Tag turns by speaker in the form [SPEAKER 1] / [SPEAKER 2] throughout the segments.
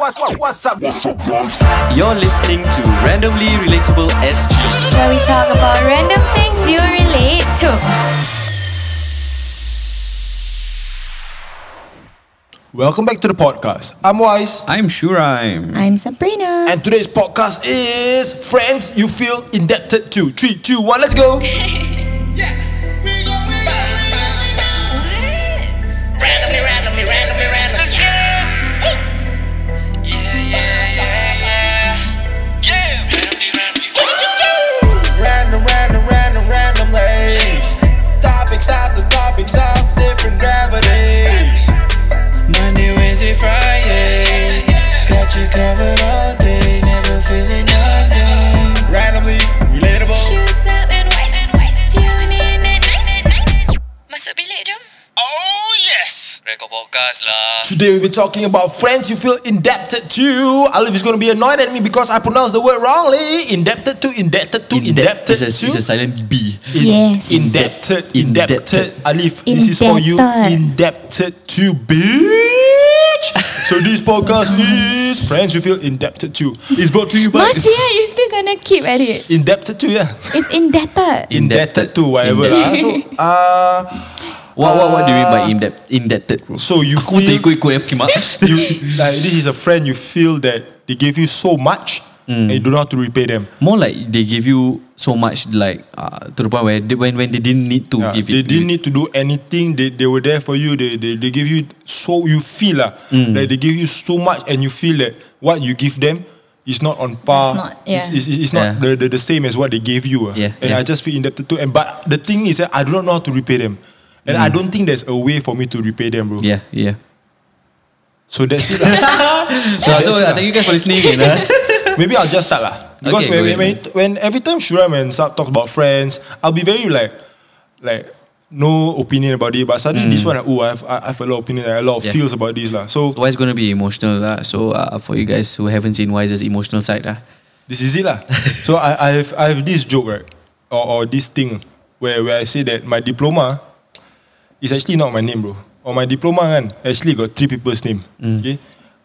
[SPEAKER 1] what, what, what's up?
[SPEAKER 2] You're listening to Randomly Relatable SG.
[SPEAKER 3] where we talk about random things you relate to.
[SPEAKER 1] Welcome back to the podcast. I'm Wise.
[SPEAKER 2] I'm sure I'm.
[SPEAKER 3] I'm Sabrina.
[SPEAKER 1] And today's podcast is Friends You Feel Indebted To. Three, two, one, let's go.
[SPEAKER 4] Randomly, randomly, randomly, randomly. Yeah. Woo. Yeah, yeah, yeah, yeah. Yeah. Randomly, randomly.
[SPEAKER 5] Random, random, random, randomly. Topics after topics of different gravity. Monday, Wednesday, Friday. Got you covered all day. Never feeling nothing. Randomly, relatable.
[SPEAKER 3] Shoes up and white. Tune in at night. Masuk bilik jom.
[SPEAKER 4] Oh yes. Record podcast lah.
[SPEAKER 1] Today we'll be talking about friends you feel indebted to. Alif is going to be annoyed at me because I pronounced the word wrongly. Indebted to, indebted to, indebted
[SPEAKER 2] It's a,
[SPEAKER 1] to.
[SPEAKER 2] it's a silent B.
[SPEAKER 1] In-
[SPEAKER 3] Yes.
[SPEAKER 1] Indebted, indebted.
[SPEAKER 2] Indebted.
[SPEAKER 1] Alif, this is for you. Indebted to bitch. So this podcast is friends you feel indebted to. It's brought to you by
[SPEAKER 3] Mas, yeah, eh? you still gonna keep at it.
[SPEAKER 1] indebted to yeah.
[SPEAKER 3] It's indebted.
[SPEAKER 1] Indebted,
[SPEAKER 2] Indebted.
[SPEAKER 1] to whatever lah. So uh,
[SPEAKER 2] What, what, what do you mean by indebt, indebted? bro?
[SPEAKER 1] So you
[SPEAKER 2] Aku
[SPEAKER 1] feel-
[SPEAKER 2] terikut-ikut aku mak.
[SPEAKER 1] you like this is a friend you feel that they gave you so much and you don't know how to repay them.
[SPEAKER 2] More like Mm. they give you so much like uh, to the point where they, when when they didn't need to
[SPEAKER 1] Yeah,
[SPEAKER 2] give
[SPEAKER 1] they
[SPEAKER 2] it.
[SPEAKER 1] didn't need to do anything. They, they were there for you. They they, they gave you so you feel ah
[SPEAKER 2] Mm.
[SPEAKER 1] that they give you so much and you feel that what you give them is not on par.
[SPEAKER 3] It's not, yeah.
[SPEAKER 1] It's, it's- it's not
[SPEAKER 2] Yeah.
[SPEAKER 1] the, the, the same as what they gave you. ah.
[SPEAKER 2] Yeah,
[SPEAKER 1] And I
[SPEAKER 2] yeah.
[SPEAKER 1] just feel indebted to. And but the thing is, that I do not know how to repay them, and I don't think there's a way for me to repay them, bro.
[SPEAKER 2] Mm. Yeah, yeah.
[SPEAKER 1] So that's it. lah.
[SPEAKER 2] So, so
[SPEAKER 1] that's it
[SPEAKER 2] uh, thank you guys for listening again. ah.
[SPEAKER 1] Maybe I'll just start lah. Because
[SPEAKER 2] Okay,
[SPEAKER 1] when,
[SPEAKER 2] go
[SPEAKER 1] when, when,
[SPEAKER 2] ahead.
[SPEAKER 1] when every time Shuram and Sab talk about friends, I'll be very like, like no opinion about it. But suddenly this one, like, oh, I have, I have a lot of opinion, I have a lot of
[SPEAKER 2] Hmm. Yeah.
[SPEAKER 1] feels about this lah. So
[SPEAKER 2] Wise gonna be emotional lah. So uh, for you guys who haven't seen Wise's emotional side lah.
[SPEAKER 1] this is it lah. so I, I have, I have this joke right, or, or this thing where where I say that my diploma is actually not my name, bro. Or my diploma kan actually got three people's name.
[SPEAKER 2] Hmm.
[SPEAKER 1] Okay,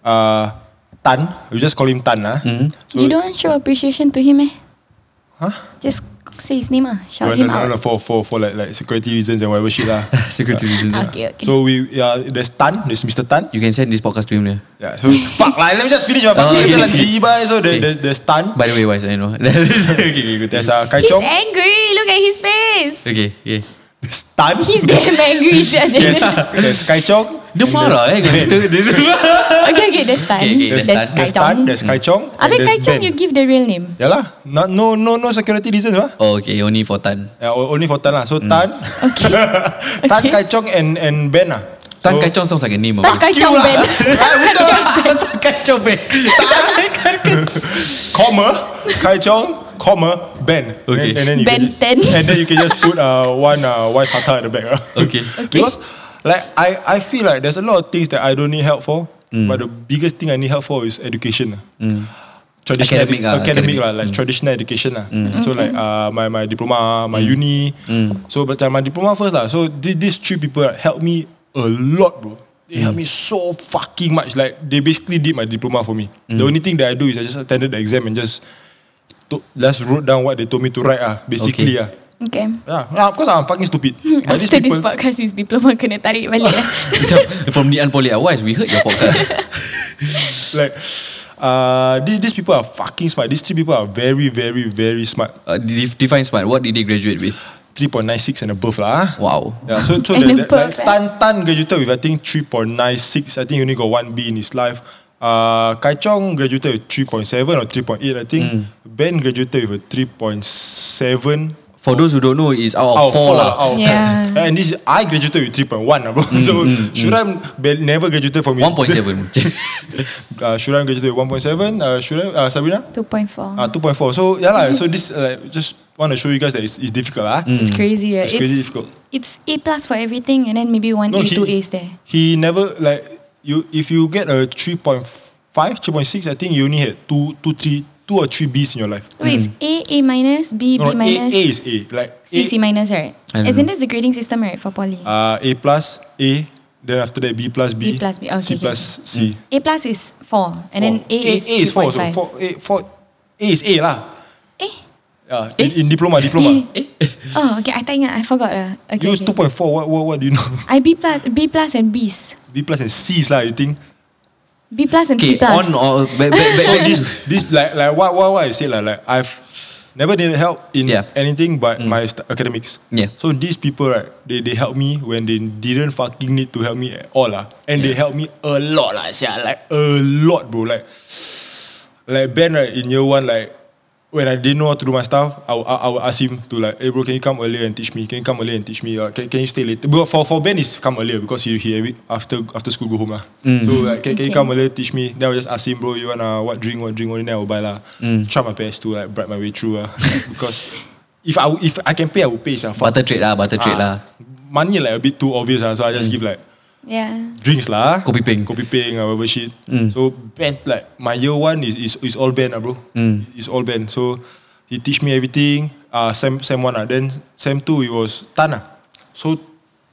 [SPEAKER 1] uh, Tan, we just call him Tan ah. lah.
[SPEAKER 2] Hmm.
[SPEAKER 3] You don't show appreciation to him eh? Huh? Just say his name ah.
[SPEAKER 1] No,
[SPEAKER 3] Shout
[SPEAKER 1] no,
[SPEAKER 3] him
[SPEAKER 1] no, no,
[SPEAKER 3] out.
[SPEAKER 1] for for for like like security reasons and whatever shit lah.
[SPEAKER 2] Security reasons. lah.
[SPEAKER 3] Ah, Okay, okay.
[SPEAKER 1] So we yeah, there's Tan, there's Mr. Tan.
[SPEAKER 2] You can send this podcast to him lah.
[SPEAKER 1] Yeah, so fuck like, let me just finish my
[SPEAKER 3] Oh,
[SPEAKER 1] fucking
[SPEAKER 2] okay,
[SPEAKER 1] like
[SPEAKER 2] okay.
[SPEAKER 1] Ziba. So there,
[SPEAKER 2] Okay.
[SPEAKER 1] there's, there's Tan,
[SPEAKER 2] By the way, Wise, I know. okay, okay,
[SPEAKER 1] there's uh, Kai
[SPEAKER 3] He's
[SPEAKER 1] Chong,
[SPEAKER 3] angry. Look at his face.
[SPEAKER 2] okay, okay.
[SPEAKER 1] there's Tan,
[SPEAKER 3] He's damn angry. sia.
[SPEAKER 1] there's, there's Kai Chong,
[SPEAKER 2] Dia marah eh. Dia, dia, dia,
[SPEAKER 3] okay, okay, that's Tan.
[SPEAKER 2] Okay, okay,
[SPEAKER 3] That's
[SPEAKER 2] that's Tan.
[SPEAKER 3] Kai
[SPEAKER 1] there's Tan,
[SPEAKER 3] Chong.
[SPEAKER 1] there's Kai Chong, and
[SPEAKER 3] Abang
[SPEAKER 1] there's
[SPEAKER 3] Kai Chong,
[SPEAKER 1] Ben.
[SPEAKER 3] you give the real name.
[SPEAKER 1] Yeah lah, no, no, no, no security reasons lah.
[SPEAKER 2] oh, okay, only for Tan.
[SPEAKER 1] Yeah, o- only for Tan lah. So Tan, Tan,
[SPEAKER 3] Mm. Okay.
[SPEAKER 1] Kai Chong, and and Ben lah. so,
[SPEAKER 2] Tan Kai Chong sounds like a name.
[SPEAKER 3] Tan Kai
[SPEAKER 1] ah.
[SPEAKER 3] Chong Ben.
[SPEAKER 2] Oh. Ah, Tan Kai Chong Ben.
[SPEAKER 1] comma Kai Chong, comma Ben.
[SPEAKER 2] Okay.
[SPEAKER 1] And, and then you
[SPEAKER 3] Ben
[SPEAKER 1] can,
[SPEAKER 3] 10.
[SPEAKER 1] And then you can just put uh, one uh, wise hata at the back. ah.
[SPEAKER 2] Okay.
[SPEAKER 1] Because like I, I feel like there's a lot of things that I don't need help for, but the biggest thing I need help for is education. Traditional
[SPEAKER 2] Academic
[SPEAKER 1] edu-
[SPEAKER 2] ah,
[SPEAKER 1] academic,
[SPEAKER 2] academic.
[SPEAKER 1] lah, like traditional education lah. So like uh, my my diploma, my uni. So but my diploma first lah. So thi- these three people right, helped me a lot, bro. They helped me so fucking much. Like they basically did my diploma for me. The only thing that I do is I just attended the exam and just to, just wrote down what they told me to write ah, basically ah.
[SPEAKER 3] Okay.
[SPEAKER 1] Yeah, yeah, of course I'm fucking stupid. But these
[SPEAKER 3] After this
[SPEAKER 1] people-
[SPEAKER 3] podcast, his diploma kena tarik balik. eh. lah.
[SPEAKER 2] Macam from Nian Poly. ah, Wise, we heard your podcast.
[SPEAKER 1] like uh these, these people are fucking smart these three people are very very very smart
[SPEAKER 2] Uh, de- define smart. What did they graduate with?
[SPEAKER 1] 3.96 and above lah ah.
[SPEAKER 2] Wow.
[SPEAKER 1] yeah so so
[SPEAKER 3] And
[SPEAKER 1] that, that, like,
[SPEAKER 3] above, eh?
[SPEAKER 1] Tan Tan graduated with I think 3.96 I think he only got one B in his life uh Kai Chong graduated with 3.7 or 3.8 I think
[SPEAKER 2] Hmm.
[SPEAKER 1] Ben graduated with a 3.7
[SPEAKER 2] For those who don't know, it's out of
[SPEAKER 1] out of four
[SPEAKER 2] four lah. Hmm,
[SPEAKER 1] out of four.
[SPEAKER 3] Yeah.
[SPEAKER 1] and this I graduated with 3.1 lah, bro so Shuram be- never graduated from his
[SPEAKER 2] 1.7.
[SPEAKER 1] uh, Shuram graduated with 1.7 uh, Shuram uh, Sabrina Ah,
[SPEAKER 3] 2.4.
[SPEAKER 1] 2.4. So yeah lah. So this uh, like, just want to show you guys that it's, it's difficult ah.
[SPEAKER 2] Hmm.
[SPEAKER 3] It's crazy. Yeah.
[SPEAKER 1] It's crazy difficult.
[SPEAKER 3] It's A plus for everything, and then maybe one A, two A's there.
[SPEAKER 1] He never like you. If you get a 3.5, 3.6, I think you only had two, two, three, two or three B's in your life.
[SPEAKER 3] Wait, it's A, A minus, B,
[SPEAKER 1] Mm-hmm. No,
[SPEAKER 3] B
[SPEAKER 1] no, A,
[SPEAKER 3] minus,
[SPEAKER 1] A is A. Like A,
[SPEAKER 3] C, C minus, right?
[SPEAKER 2] I don't
[SPEAKER 3] Isn't
[SPEAKER 2] know.
[SPEAKER 3] this the grading system, right, for poly?
[SPEAKER 1] uh, A plus A Then after that, B plus B,
[SPEAKER 3] B plus B, okay,
[SPEAKER 1] C
[SPEAKER 3] okay,
[SPEAKER 1] plus C.
[SPEAKER 3] A plus is four, and then A, is
[SPEAKER 1] A is four. So
[SPEAKER 3] 3.5.
[SPEAKER 1] four, A, four, A is A lah.
[SPEAKER 3] Eh?
[SPEAKER 1] Yeah, in, in diploma, diploma.
[SPEAKER 3] Eh. Oh, okay. I tak ingat. I forgot lah. Okay,
[SPEAKER 1] You
[SPEAKER 3] okay.
[SPEAKER 1] 2.4, what, what, what do you know?
[SPEAKER 3] I B plus, B plus and Bs.
[SPEAKER 1] B plus and C's lah, you think?
[SPEAKER 3] B plus and
[SPEAKER 2] Okay,
[SPEAKER 3] C plus.
[SPEAKER 2] on or uh, back, back, back,
[SPEAKER 1] so
[SPEAKER 2] back.
[SPEAKER 1] this this like like what what, what I say lah, like like I've never needed help in
[SPEAKER 2] Yeah.
[SPEAKER 1] anything but my st- academics.
[SPEAKER 2] Yeah.
[SPEAKER 1] So these people right, they they help me when they didn't fucking need to help me at all lah, and they help me a lot lah. sia, like a lot, bro. Like like Ben right in year one like. When I didn't know how to do my stuff, I would, I I would ask him to like, hey bro, can you come earlier and teach me? Can you come earlier and teach me? Uh, can, can you stay later? But for, for Ben is come earlier because he, he every- after after school go home lah.
[SPEAKER 2] Mm.
[SPEAKER 1] So like, can, can you
[SPEAKER 3] Okay.
[SPEAKER 1] come Malay teach me. Then I'll just ask him, bro, you wanna what drink, what drink, what drink, then I'll buy lah.
[SPEAKER 2] Mm.
[SPEAKER 1] Try my best to like bribe my way through lah. because if I would- if I can pay, I will pay. Sia, fuck.
[SPEAKER 2] Butter trade lah, butter trade lah. Mm.
[SPEAKER 1] Ah, Money like a bit too obvious lah, so I just give like
[SPEAKER 3] yeah.
[SPEAKER 1] drinks lah.
[SPEAKER 2] Kopi peng.
[SPEAKER 1] Kopi peng or whatever shit. So band like my year one is is, is all band lah, bro. It's all band. So he teach me everything. Uh, sem sem one ah. Then sem two it was Tan ah. So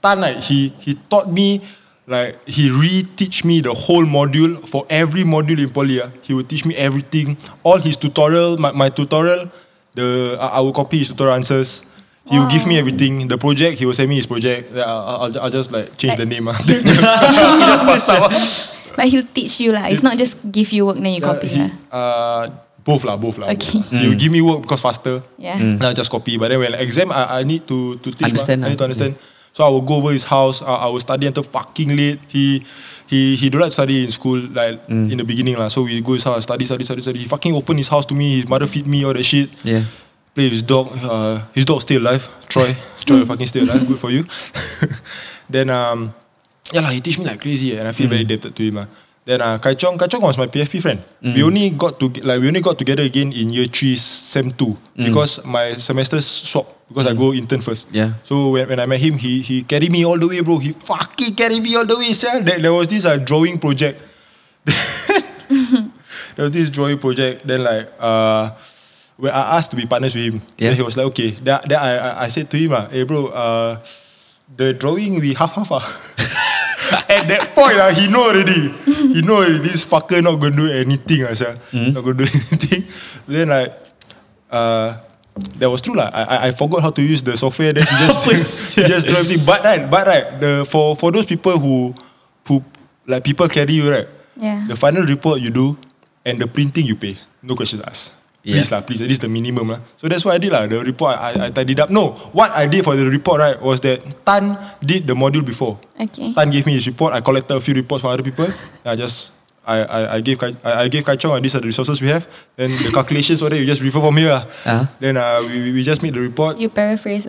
[SPEAKER 1] Tan like he he taught me like he re-teach me the whole module for every module in poly. ah. He would teach me everything. All his tutorial, my, my tutorial, the I, I will copy his tutorial answers. He will give me everything. The project, he will send me his project. Then I'll, I'll, I'll just like change the name. ah.
[SPEAKER 3] But he'll teach you lah. It's not just give you work then you copy
[SPEAKER 1] he,
[SPEAKER 3] lah.
[SPEAKER 1] uh, both lah, both lah.
[SPEAKER 3] eh? Okay.
[SPEAKER 1] Both. lah. He
[SPEAKER 2] Hmm.
[SPEAKER 1] will give me work because faster.
[SPEAKER 3] Yeah. Mm.
[SPEAKER 1] Then I just copy. But then when exam, I, I need to to teach.
[SPEAKER 2] Understand
[SPEAKER 1] mah. I
[SPEAKER 2] lah.
[SPEAKER 1] need to understand. So I will go over his house. I, I will study until fucking late. He he he don't like to study in school like
[SPEAKER 2] Hmm.
[SPEAKER 1] in the beginning lah. So we go his house, study, study, study, study. He fucking open his house to me. His mother feed me all that shit.
[SPEAKER 2] Yeah.
[SPEAKER 1] Play with his dog. Uh, his dog still alive. Troy, Troy fucking still alive. Good for you. then um, yeah lah, he teach me like crazy, eh, and I feel very indebted to him. ah. Then uh, Kai Chong, Kai Chong was my PFP friend. We only got to like we only got together again in year three, sem two, because my semesters swap because I go intern first.
[SPEAKER 2] Yeah.
[SPEAKER 1] So when, when I met him, he he carried me all the way, bro. He fucking carried me all the way. Sir. There, there was this uh, drawing project. there was this drawing project. Then like uh, when I asked to be partners with him,
[SPEAKER 2] Yeah.
[SPEAKER 1] then he was like, okay. Then, then I, I I said to him, ah, hey bro, uh, the drawing we half half ah. At that point ah, he know already. He know already, this fucker not gonna do anything ah, sia. Not gonna do anything. Then like uh, that was true lah. I, I I forgot how to use the software. Then he just he just drive it. But right, but right. The for for those people who who like people carry you right.
[SPEAKER 3] Yeah.
[SPEAKER 1] The final report you do and the printing you pay. No questions asked.
[SPEAKER 2] Yeah.
[SPEAKER 1] Please lah, please. At least the minimum lah. So that's what I did lah. The report I, I I tidied up. No, what I did for the report right was that Tan did the module before.
[SPEAKER 3] Okay.
[SPEAKER 1] Tan gave me his report. I collected a few reports from other people. And I just I, I, I gave Kai, I, I gave Kai Chong and these are the resources we have. Then the calculations all that you just refer from here.
[SPEAKER 2] Uh-huh.
[SPEAKER 1] uh Then uh, we, we- we just made the report.
[SPEAKER 3] You paraphrase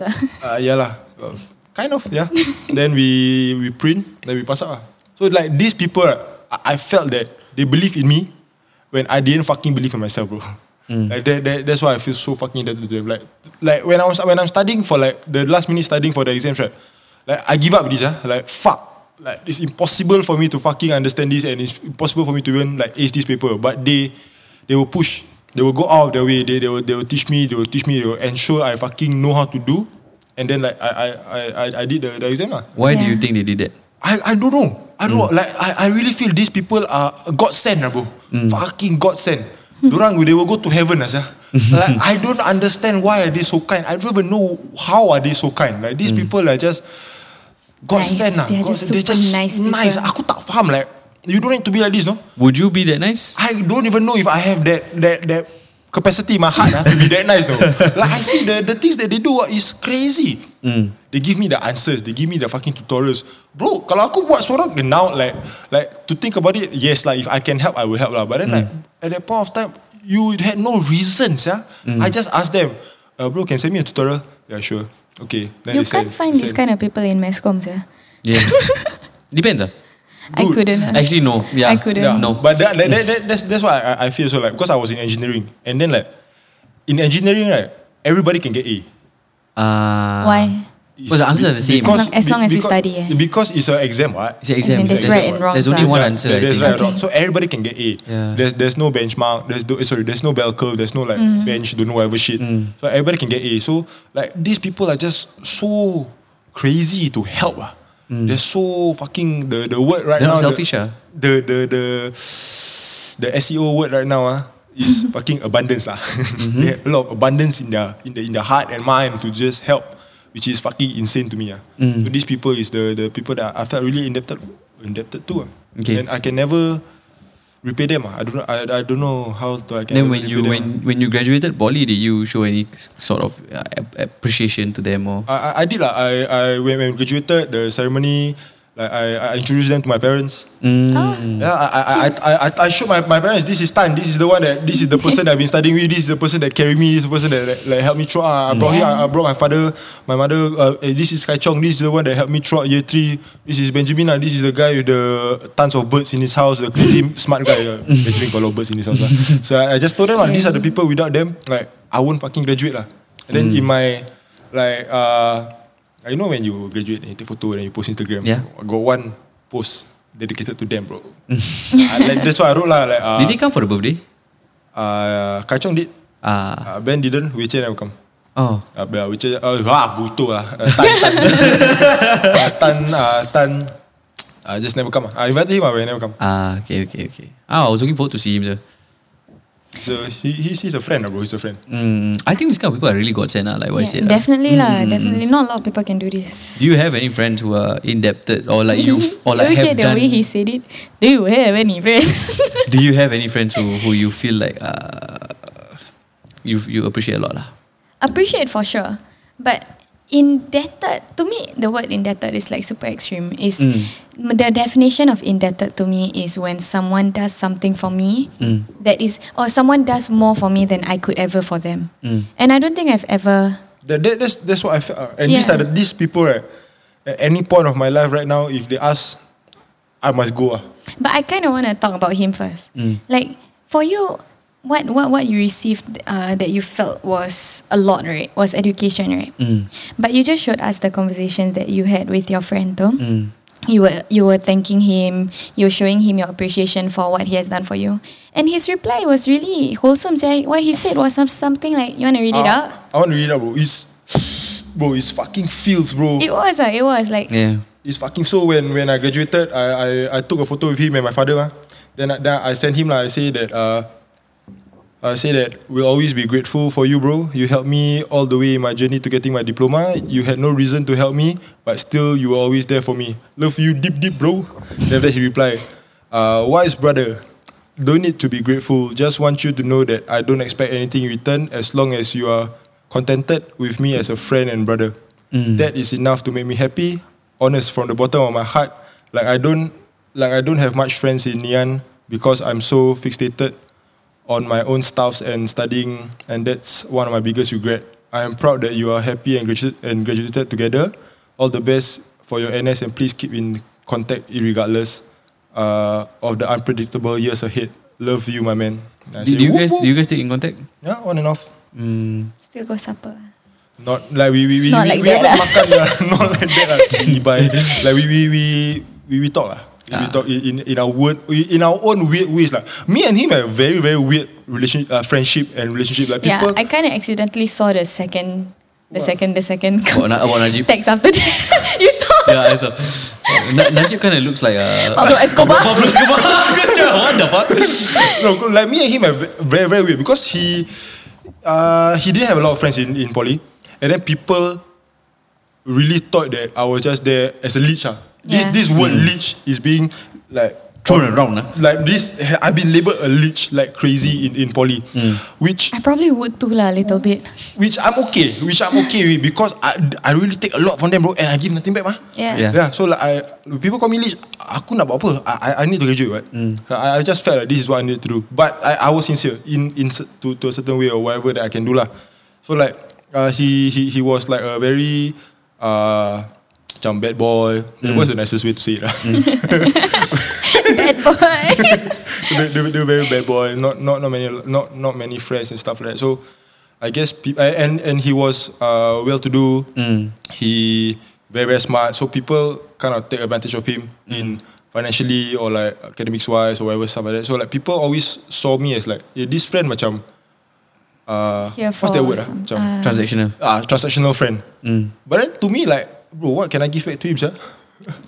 [SPEAKER 3] lah.
[SPEAKER 1] Uh, yeah lah. Uh, Kind of, yeah. then we we print, then we pass out. lah. So like these people, I, I felt that they believe in me when I didn't fucking believe in myself, bro. Like that, that, that's why I feel so fucking indebted to them. Like like when I was when I'm studying for like the last minute studying for the exams, right? Like I give up this, ah. Like fuck. Like it's impossible for me to fucking understand this and it's impossible for me to even like ace this paper. But they they will push. They will go out of their way. They, they will they will teach me, they will teach me, they will ensure I fucking know how to do. And then like I I I I, I did the, the exam lah. Hmm.
[SPEAKER 2] Why do you
[SPEAKER 3] Yeah.
[SPEAKER 2] think they did that?
[SPEAKER 1] I, I don't know. I don't know. Like I, I really feel these people are God sent, lah, bro. Fucking God sent. Dorang they will go to heaven as Like I don't understand why are they so kind. I don't even know how are they so kind. Like these people are just God
[SPEAKER 3] Nice.
[SPEAKER 1] sent lah.
[SPEAKER 3] They are
[SPEAKER 1] God
[SPEAKER 3] just
[SPEAKER 1] send. They're
[SPEAKER 3] super nice people.
[SPEAKER 1] nice. Aku tak faham like you don't need to be like this, no?
[SPEAKER 2] Would you be that nice?
[SPEAKER 1] I don't even know if I have that that that capacity in my heart ah, to be that nice though. Like I see the the things that they do ah, is crazy. They give me the answers. They give me the fucking tutorials, bro. Kalau aku buat seorang then now like like to think about it, yes like if I can help, I will help lah. But then like at that point of time, you had no reasons, yeah. I just asked them, uh, bro, can send me a tutorial? Yeah, sure. Okay. Then they
[SPEAKER 3] you
[SPEAKER 1] send,
[SPEAKER 3] can't find
[SPEAKER 1] they
[SPEAKER 3] these
[SPEAKER 1] send.
[SPEAKER 3] kind of people in mass comms, yeah.
[SPEAKER 2] Yeah. Depends ah.
[SPEAKER 3] I
[SPEAKER 1] Dude.
[SPEAKER 3] couldn't. ah.
[SPEAKER 2] Actually no. Yeah.
[SPEAKER 3] I couldn't.
[SPEAKER 1] Yeah,
[SPEAKER 2] No.
[SPEAKER 1] Uh, But that, that, that, that- that's that's why I, I feel so like because I was in engineering and then like in engineering right everybody can get A.
[SPEAKER 2] Ah.
[SPEAKER 3] Why?
[SPEAKER 1] It's
[SPEAKER 2] Because the answers are the same.
[SPEAKER 1] because-
[SPEAKER 3] As long- as long as you
[SPEAKER 1] because-
[SPEAKER 3] study, eh.
[SPEAKER 1] Because it's an exam, right?
[SPEAKER 2] It's an exam.
[SPEAKER 3] As in there's
[SPEAKER 1] right and
[SPEAKER 3] wrongs
[SPEAKER 2] There's only
[SPEAKER 3] lah.
[SPEAKER 2] one
[SPEAKER 1] Yeah,
[SPEAKER 2] answer.
[SPEAKER 1] there-
[SPEAKER 2] I
[SPEAKER 1] there's
[SPEAKER 2] think.
[SPEAKER 1] right and wrong. So everybody can get A.
[SPEAKER 2] Yeah.
[SPEAKER 1] There's there's no benchmark. There's no sorry. There's no bell curve. There's no like
[SPEAKER 3] Mm.
[SPEAKER 1] bench. Don't know whatever shit.
[SPEAKER 2] Mm.
[SPEAKER 1] So everybody can get A. So like these people are just so crazy to help. ah. They're so fucking the the word right now.
[SPEAKER 2] Mm. They're not
[SPEAKER 1] the-
[SPEAKER 2] selfish, ah.
[SPEAKER 1] The the the the SEO word right now ah is fucking abundance lah. they have a lot of abundance in their in the in their heart and mind to just help, which is fucking insane to me ah. So
[SPEAKER 2] Mm.
[SPEAKER 1] these people is the the people that I felt really indebted indebted to ah.
[SPEAKER 2] Okay.
[SPEAKER 1] And I can never repay them ah. I don't know I, I don't know how to I can.
[SPEAKER 2] Then
[SPEAKER 1] ever
[SPEAKER 2] when
[SPEAKER 1] repay
[SPEAKER 2] you
[SPEAKER 1] them, ah.
[SPEAKER 2] when when you graduated poly, did you show any s- sort of uh, ap- appreciation to them or?
[SPEAKER 1] I, I- I did lah. I, I when, when graduated the ceremony, like I, I introduced them to my parents. Yeah, I, I, I, I, I- I showed my, my parents this is Tan, this is the one that this is the person that I've been studying with, this is the person that carried me, this is the person that, that like helped me through. I I brought here, I, I brought my father, my mother. Uh, eh, this is Kai Chong, this is the one that helped me throughout year three. This is Benjamin, ah, this is the guy with the tons of birds in his house, the crazy smart guy. ah. Benjamin got a lot of birds in his house. ah. So I, I just told them like these are the people. Without them, like I won't fucking graduate lah. And then in my like uh, you know when you graduate and you take photo and you post Instagram,
[SPEAKER 2] Yeah.
[SPEAKER 1] I got one post dedicated to them, bro. I, like, that's why I wrote lah. Like, uh,
[SPEAKER 2] did they come for the birthday?
[SPEAKER 1] Uh, Kacong did.
[SPEAKER 2] Ah,
[SPEAKER 1] Uh, ben didn't. Wei Chen never come.
[SPEAKER 2] oh,
[SPEAKER 1] Uh, ben, Wei Chen, uh, wah, butuh lah. Uh, tan, tan. uh, tan, uh, tan. Uh, just never come. ah. I invited him, ah, but he never come.
[SPEAKER 2] ah, okay, okay, okay. Ah, I was looking forward to see him there.
[SPEAKER 1] So he, he's, he's a friend, ah, bro. He's a friend.
[SPEAKER 2] Mm, I think these kind of people are really godsend, ah, like what I said.
[SPEAKER 3] Yeah,
[SPEAKER 2] ah.
[SPEAKER 3] definitely
[SPEAKER 1] Mm.
[SPEAKER 3] lah. Definitely, not a lot of people can do this.
[SPEAKER 2] Do you have any friends who are indebted or like you or
[SPEAKER 3] Do
[SPEAKER 2] like
[SPEAKER 3] you hear
[SPEAKER 2] have
[SPEAKER 3] the
[SPEAKER 2] done?
[SPEAKER 3] way he said it? Do you have any friends?
[SPEAKER 2] Do you have any friends who, who you feel like uh, you you appreciate a lot lah?
[SPEAKER 3] Appreciate for sure, but indebted to me, the word indebted is like super extreme. Is
[SPEAKER 2] Mm.
[SPEAKER 3] the definition of indebted to me is when someone does something for me
[SPEAKER 2] Mm.
[SPEAKER 3] that is, or someone does more for me than I could ever for them.
[SPEAKER 2] Mm.
[SPEAKER 3] And I don't think I've ever.
[SPEAKER 1] That, that, that's, that's what I felt. ah. And these
[SPEAKER 3] Yeah.
[SPEAKER 1] are the, these people, right? At any point of my life right now, if they ask, I must go. ah.
[SPEAKER 3] But I kind of want to talk about him first. Like for you, what what what you received uh, that you felt was a lot, right? Was education, right? But you just showed us the conversation that you had with your friend, though. You were you were thanking him. You were showing him your appreciation for what he has done for you, and his reply was really wholesome. Say what he said was some, something like, "You want to read it out?"
[SPEAKER 1] I, I want to read it out, bro. It's, bro, it's fucking feels, bro.
[SPEAKER 3] It was uh, it was like
[SPEAKER 2] Yeah.
[SPEAKER 1] It's fucking so when when I graduated, I I, I took a photo with him and my father. ah. Then I, then I sent him lah. I say that uh, I say that we'll always be grateful for you, bro. You helped me all the way in my journey to getting my diploma. You had no reason to help me, but still you were always there for me. Love you deep, deep, bro. then after that he replied, uh, wise brother. Don't need to be grateful. Just want you to know that I don't expect anything in return as long as you are contented with me as a friend and brother. That is enough to make me happy. Honest from the bottom of my heart. Like I don't like I don't have much friends in Nian because I'm so fixated on my own stuffs and studying, and that's one of my biggest regret. I am proud that you are happy and, gradu- and graduated together. All the best for your NS, and please keep in contact regardless uh, of the unpredictable years ahead. Love you, my man. And I
[SPEAKER 2] Do
[SPEAKER 1] say,
[SPEAKER 2] you
[SPEAKER 1] "Whoop,
[SPEAKER 2] guys
[SPEAKER 1] whoop."
[SPEAKER 2] do you guys stay in contact?
[SPEAKER 1] yeah, on and off.
[SPEAKER 3] still go supper.
[SPEAKER 1] Not like we we we
[SPEAKER 3] Not
[SPEAKER 1] we,
[SPEAKER 3] like
[SPEAKER 1] we haven't
[SPEAKER 3] that lah.
[SPEAKER 1] makan lah. Not like that ah. lah. Cik Ibai. like we we we we, we talk lah.
[SPEAKER 2] Ah.
[SPEAKER 1] We talk in, in in our word in our own weird ways lah. Me and him have very very weird relationship, uh, friendship and relationship. Like
[SPEAKER 3] Yeah,
[SPEAKER 1] people,
[SPEAKER 3] I kind of accidentally saw the second, the second, the second
[SPEAKER 2] About, Na- about Najib?
[SPEAKER 3] text after that. you saw.
[SPEAKER 2] oh, yeah, I saw. Na- Najib kind of looks like a
[SPEAKER 3] Pablo Escobar.
[SPEAKER 2] Pablo Escobar. what the fuck?
[SPEAKER 1] no, like me and him are ve- very very weird because he uh, he didn't have a lot of friends in in poly, and then people really thought that I was just there as a leech. Ah,
[SPEAKER 3] Yeah.
[SPEAKER 1] This this word leech is being like
[SPEAKER 2] Hmm. Thrown around, ah.
[SPEAKER 1] Like this, I've been labelled a leech like crazy in in poly,
[SPEAKER 2] Hmm.
[SPEAKER 1] which
[SPEAKER 3] I probably would too lah, a little bit.
[SPEAKER 1] which I'm okay, which I'm okay with because I I really take a lot from them, bro, and I give nothing back, mah.
[SPEAKER 3] Yeah.
[SPEAKER 2] Yeah.
[SPEAKER 1] Yeah, so like I, people call me leech. Aku nak buat apa? I, I, I need to graduate, right? I, I just felt like this is what I need to do. But I, I was sincere in in cer- to, to a certain way or whatever that I can do lah. So like uh, he he he was like a very uh, macam bad boy. That was the nicest way to say it lah.
[SPEAKER 3] Bad boy.
[SPEAKER 1] they, they, they were very bad boy. Not not not many not not many friends and stuff like that. So I guess peop- I- and and he was uh, well to do. He very very smart. So people kind of take advantage of him in financially or like academics wise or whatever stuff like that. So like people always saw me as like eh, this friend macam uh,
[SPEAKER 3] Here
[SPEAKER 1] what's that
[SPEAKER 3] for
[SPEAKER 1] word ah?
[SPEAKER 3] some- uh,
[SPEAKER 1] Macam
[SPEAKER 2] Transactional.
[SPEAKER 1] ah transactional friend. But then to me like bro, what can I give back to him, sir?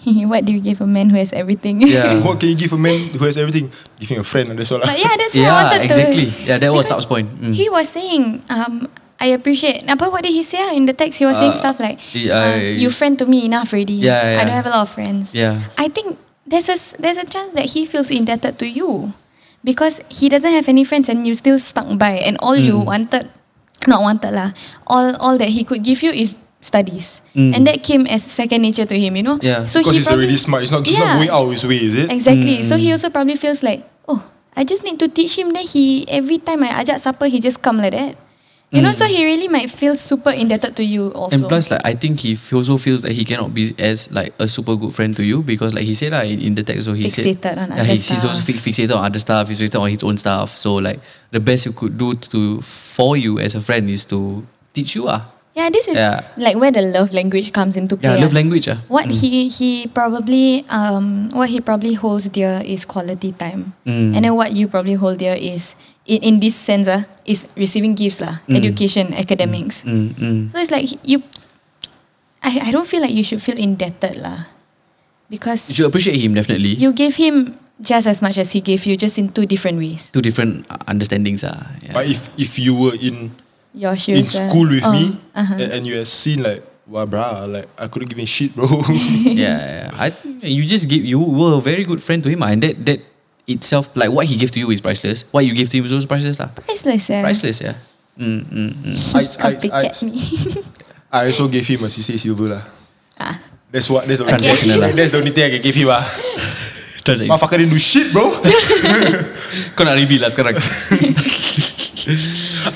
[SPEAKER 3] what do you give a man who has everything?
[SPEAKER 2] Yeah.
[SPEAKER 1] What can you give a man who has everything? Give him a friend, that's all. ah. lah.
[SPEAKER 3] But yeah, that's what I
[SPEAKER 2] yeah,
[SPEAKER 3] wanted
[SPEAKER 2] exactly.
[SPEAKER 3] to.
[SPEAKER 2] Yeah, that was
[SPEAKER 3] Because
[SPEAKER 2] Sub's point. Mm.
[SPEAKER 3] He was saying, um, I appreciate. Apa, what did he say ah in the text? He was saying
[SPEAKER 2] Uh,
[SPEAKER 3] stuff like,
[SPEAKER 2] he-
[SPEAKER 3] uh,
[SPEAKER 2] I-
[SPEAKER 3] "You friend to me enough already.
[SPEAKER 2] Yeah, yeah,
[SPEAKER 3] I don't
[SPEAKER 2] yeah.
[SPEAKER 3] have a lot of friends.
[SPEAKER 2] Yeah.
[SPEAKER 3] I think there's a s- there's a chance that he feels indebted to you because he doesn't have any friends and you still stuck by and all you
[SPEAKER 2] Mm.
[SPEAKER 3] wanted, not wanted lah. All all that he could give you is studies and that came as second nature to him. You know.
[SPEAKER 2] Mm. Yeah.
[SPEAKER 3] So
[SPEAKER 1] Because
[SPEAKER 3] he
[SPEAKER 1] he's
[SPEAKER 3] probably,
[SPEAKER 1] already smart. He's not, he's
[SPEAKER 3] Yeah.
[SPEAKER 1] not going out of his way, is it?
[SPEAKER 3] Exactly. So
[SPEAKER 2] Mm.
[SPEAKER 3] he also probably feels like, oh, I just need to teach him. Then he every time I ajak supper, he just come like that. You know, so he really might feel super indebted to you also.
[SPEAKER 2] And plus, Mm. like I think he f- also feels that he cannot be as like a super good friend to you because, like he said, like in in the text, so he said,
[SPEAKER 3] Fixated on
[SPEAKER 2] yeah,
[SPEAKER 3] other
[SPEAKER 2] he's, he's also
[SPEAKER 3] stuff.
[SPEAKER 2] fi- fixated on other stuff. He's fixated on his own stuff. So like the best you could do to for you as a friend is to teach you ah.
[SPEAKER 3] yeah, this is
[SPEAKER 2] Yeah.
[SPEAKER 3] like where the love language comes into play.
[SPEAKER 2] Yeah, love
[SPEAKER 3] ah.
[SPEAKER 2] language ah.
[SPEAKER 3] What he he probably um what he probably holds dear is quality time,
[SPEAKER 2] Mm.
[SPEAKER 3] and then what you probably hold dear is in, in this sense ah is receiving gifts lah, education, academics.
[SPEAKER 2] Mm, mm.
[SPEAKER 3] So it's like you, I, I don't feel like you should feel indebted lah, because
[SPEAKER 2] You should appreciate him definitely.
[SPEAKER 3] you gave him just as much as he gave you, just in two different ways.
[SPEAKER 2] Two different uh, understandings ah. Yeah.
[SPEAKER 1] But if if you were in
[SPEAKER 3] Your shoes.
[SPEAKER 1] in
[SPEAKER 3] uh,
[SPEAKER 1] school with
[SPEAKER 3] oh,
[SPEAKER 1] me
[SPEAKER 3] uh-huh.
[SPEAKER 1] and, and you had seen like, wow, bruh, like I couldn't give a shit, bro.
[SPEAKER 2] yeah, yeah. I you just give you were a very good friend to him ah, and that that itself like what he gave to you is priceless. What you give to him is also priceless lah.
[SPEAKER 3] priceless. Yeah.
[SPEAKER 2] Priceless yeah. Mm, mm, mm.
[SPEAKER 1] Ice, ice,
[SPEAKER 3] Copycat
[SPEAKER 1] ice.
[SPEAKER 3] me.
[SPEAKER 1] I also gave him a CC silver lah.
[SPEAKER 3] Ah.
[SPEAKER 1] That's what. That's the only
[SPEAKER 2] Transactional lah.
[SPEAKER 1] thing. That's the only thing I can give him ah.
[SPEAKER 2] Transaction.
[SPEAKER 1] Motherfucker didn't do shit, bro.
[SPEAKER 2] Kau nak reveal lah sekarang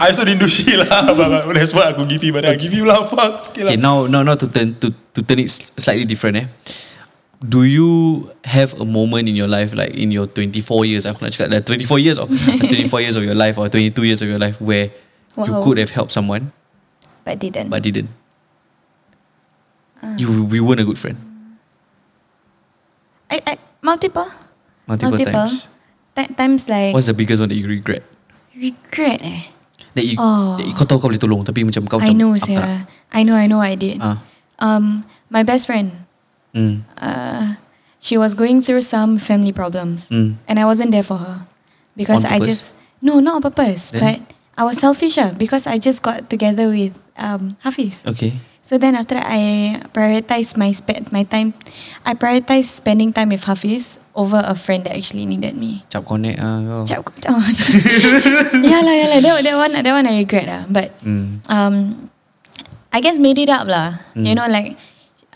[SPEAKER 1] I also didn't do shit lah. But, but that's what I could give him. But then I give him lah. Fuck. Okay,
[SPEAKER 2] Okay
[SPEAKER 1] lah.
[SPEAKER 2] now now now to turn to, to turn it s- slightly different eh Do you have a moment in your life Like in your 24 years Aku nak cakap dah 24 years of 24 years of your life Or 22 years of your life Where you
[SPEAKER 3] Wow.
[SPEAKER 2] could have helped someone
[SPEAKER 3] but didn't.
[SPEAKER 2] But didn't You we weren't a good friend
[SPEAKER 3] I, I, multiple.
[SPEAKER 2] Multiple, times
[SPEAKER 3] Ti- times like
[SPEAKER 2] What's the biggest one that you regret
[SPEAKER 3] regret. Eh.
[SPEAKER 2] That you,
[SPEAKER 3] Oh.
[SPEAKER 2] that you Kau tahu kau boleh tolong Tapi macam kau
[SPEAKER 3] I
[SPEAKER 2] macam
[SPEAKER 3] know,
[SPEAKER 2] aku Oh, tak nak.
[SPEAKER 3] Sarah. I know. I know. I did.
[SPEAKER 2] Ah.
[SPEAKER 3] Um, my best friend.
[SPEAKER 2] Mm.
[SPEAKER 3] she was going through some family problems
[SPEAKER 2] Mm.
[SPEAKER 3] and I wasn't there for her because
[SPEAKER 2] On
[SPEAKER 3] I
[SPEAKER 2] purpose?
[SPEAKER 3] just no not on purpose
[SPEAKER 2] Then?
[SPEAKER 3] but I was selfish ah, because I just got together with um, Hafiz
[SPEAKER 2] Okay
[SPEAKER 3] so then after that I prioritized my spe- my time I prioritized spending time with Hafiz over a friend that actually needed me
[SPEAKER 2] Cap connect ah kau
[SPEAKER 3] Jap, aku- oh. yeah lah, yeah lah. That, that one, that one I regret lah. But
[SPEAKER 2] Hmm.
[SPEAKER 3] um, I guess made it up lah. You know, like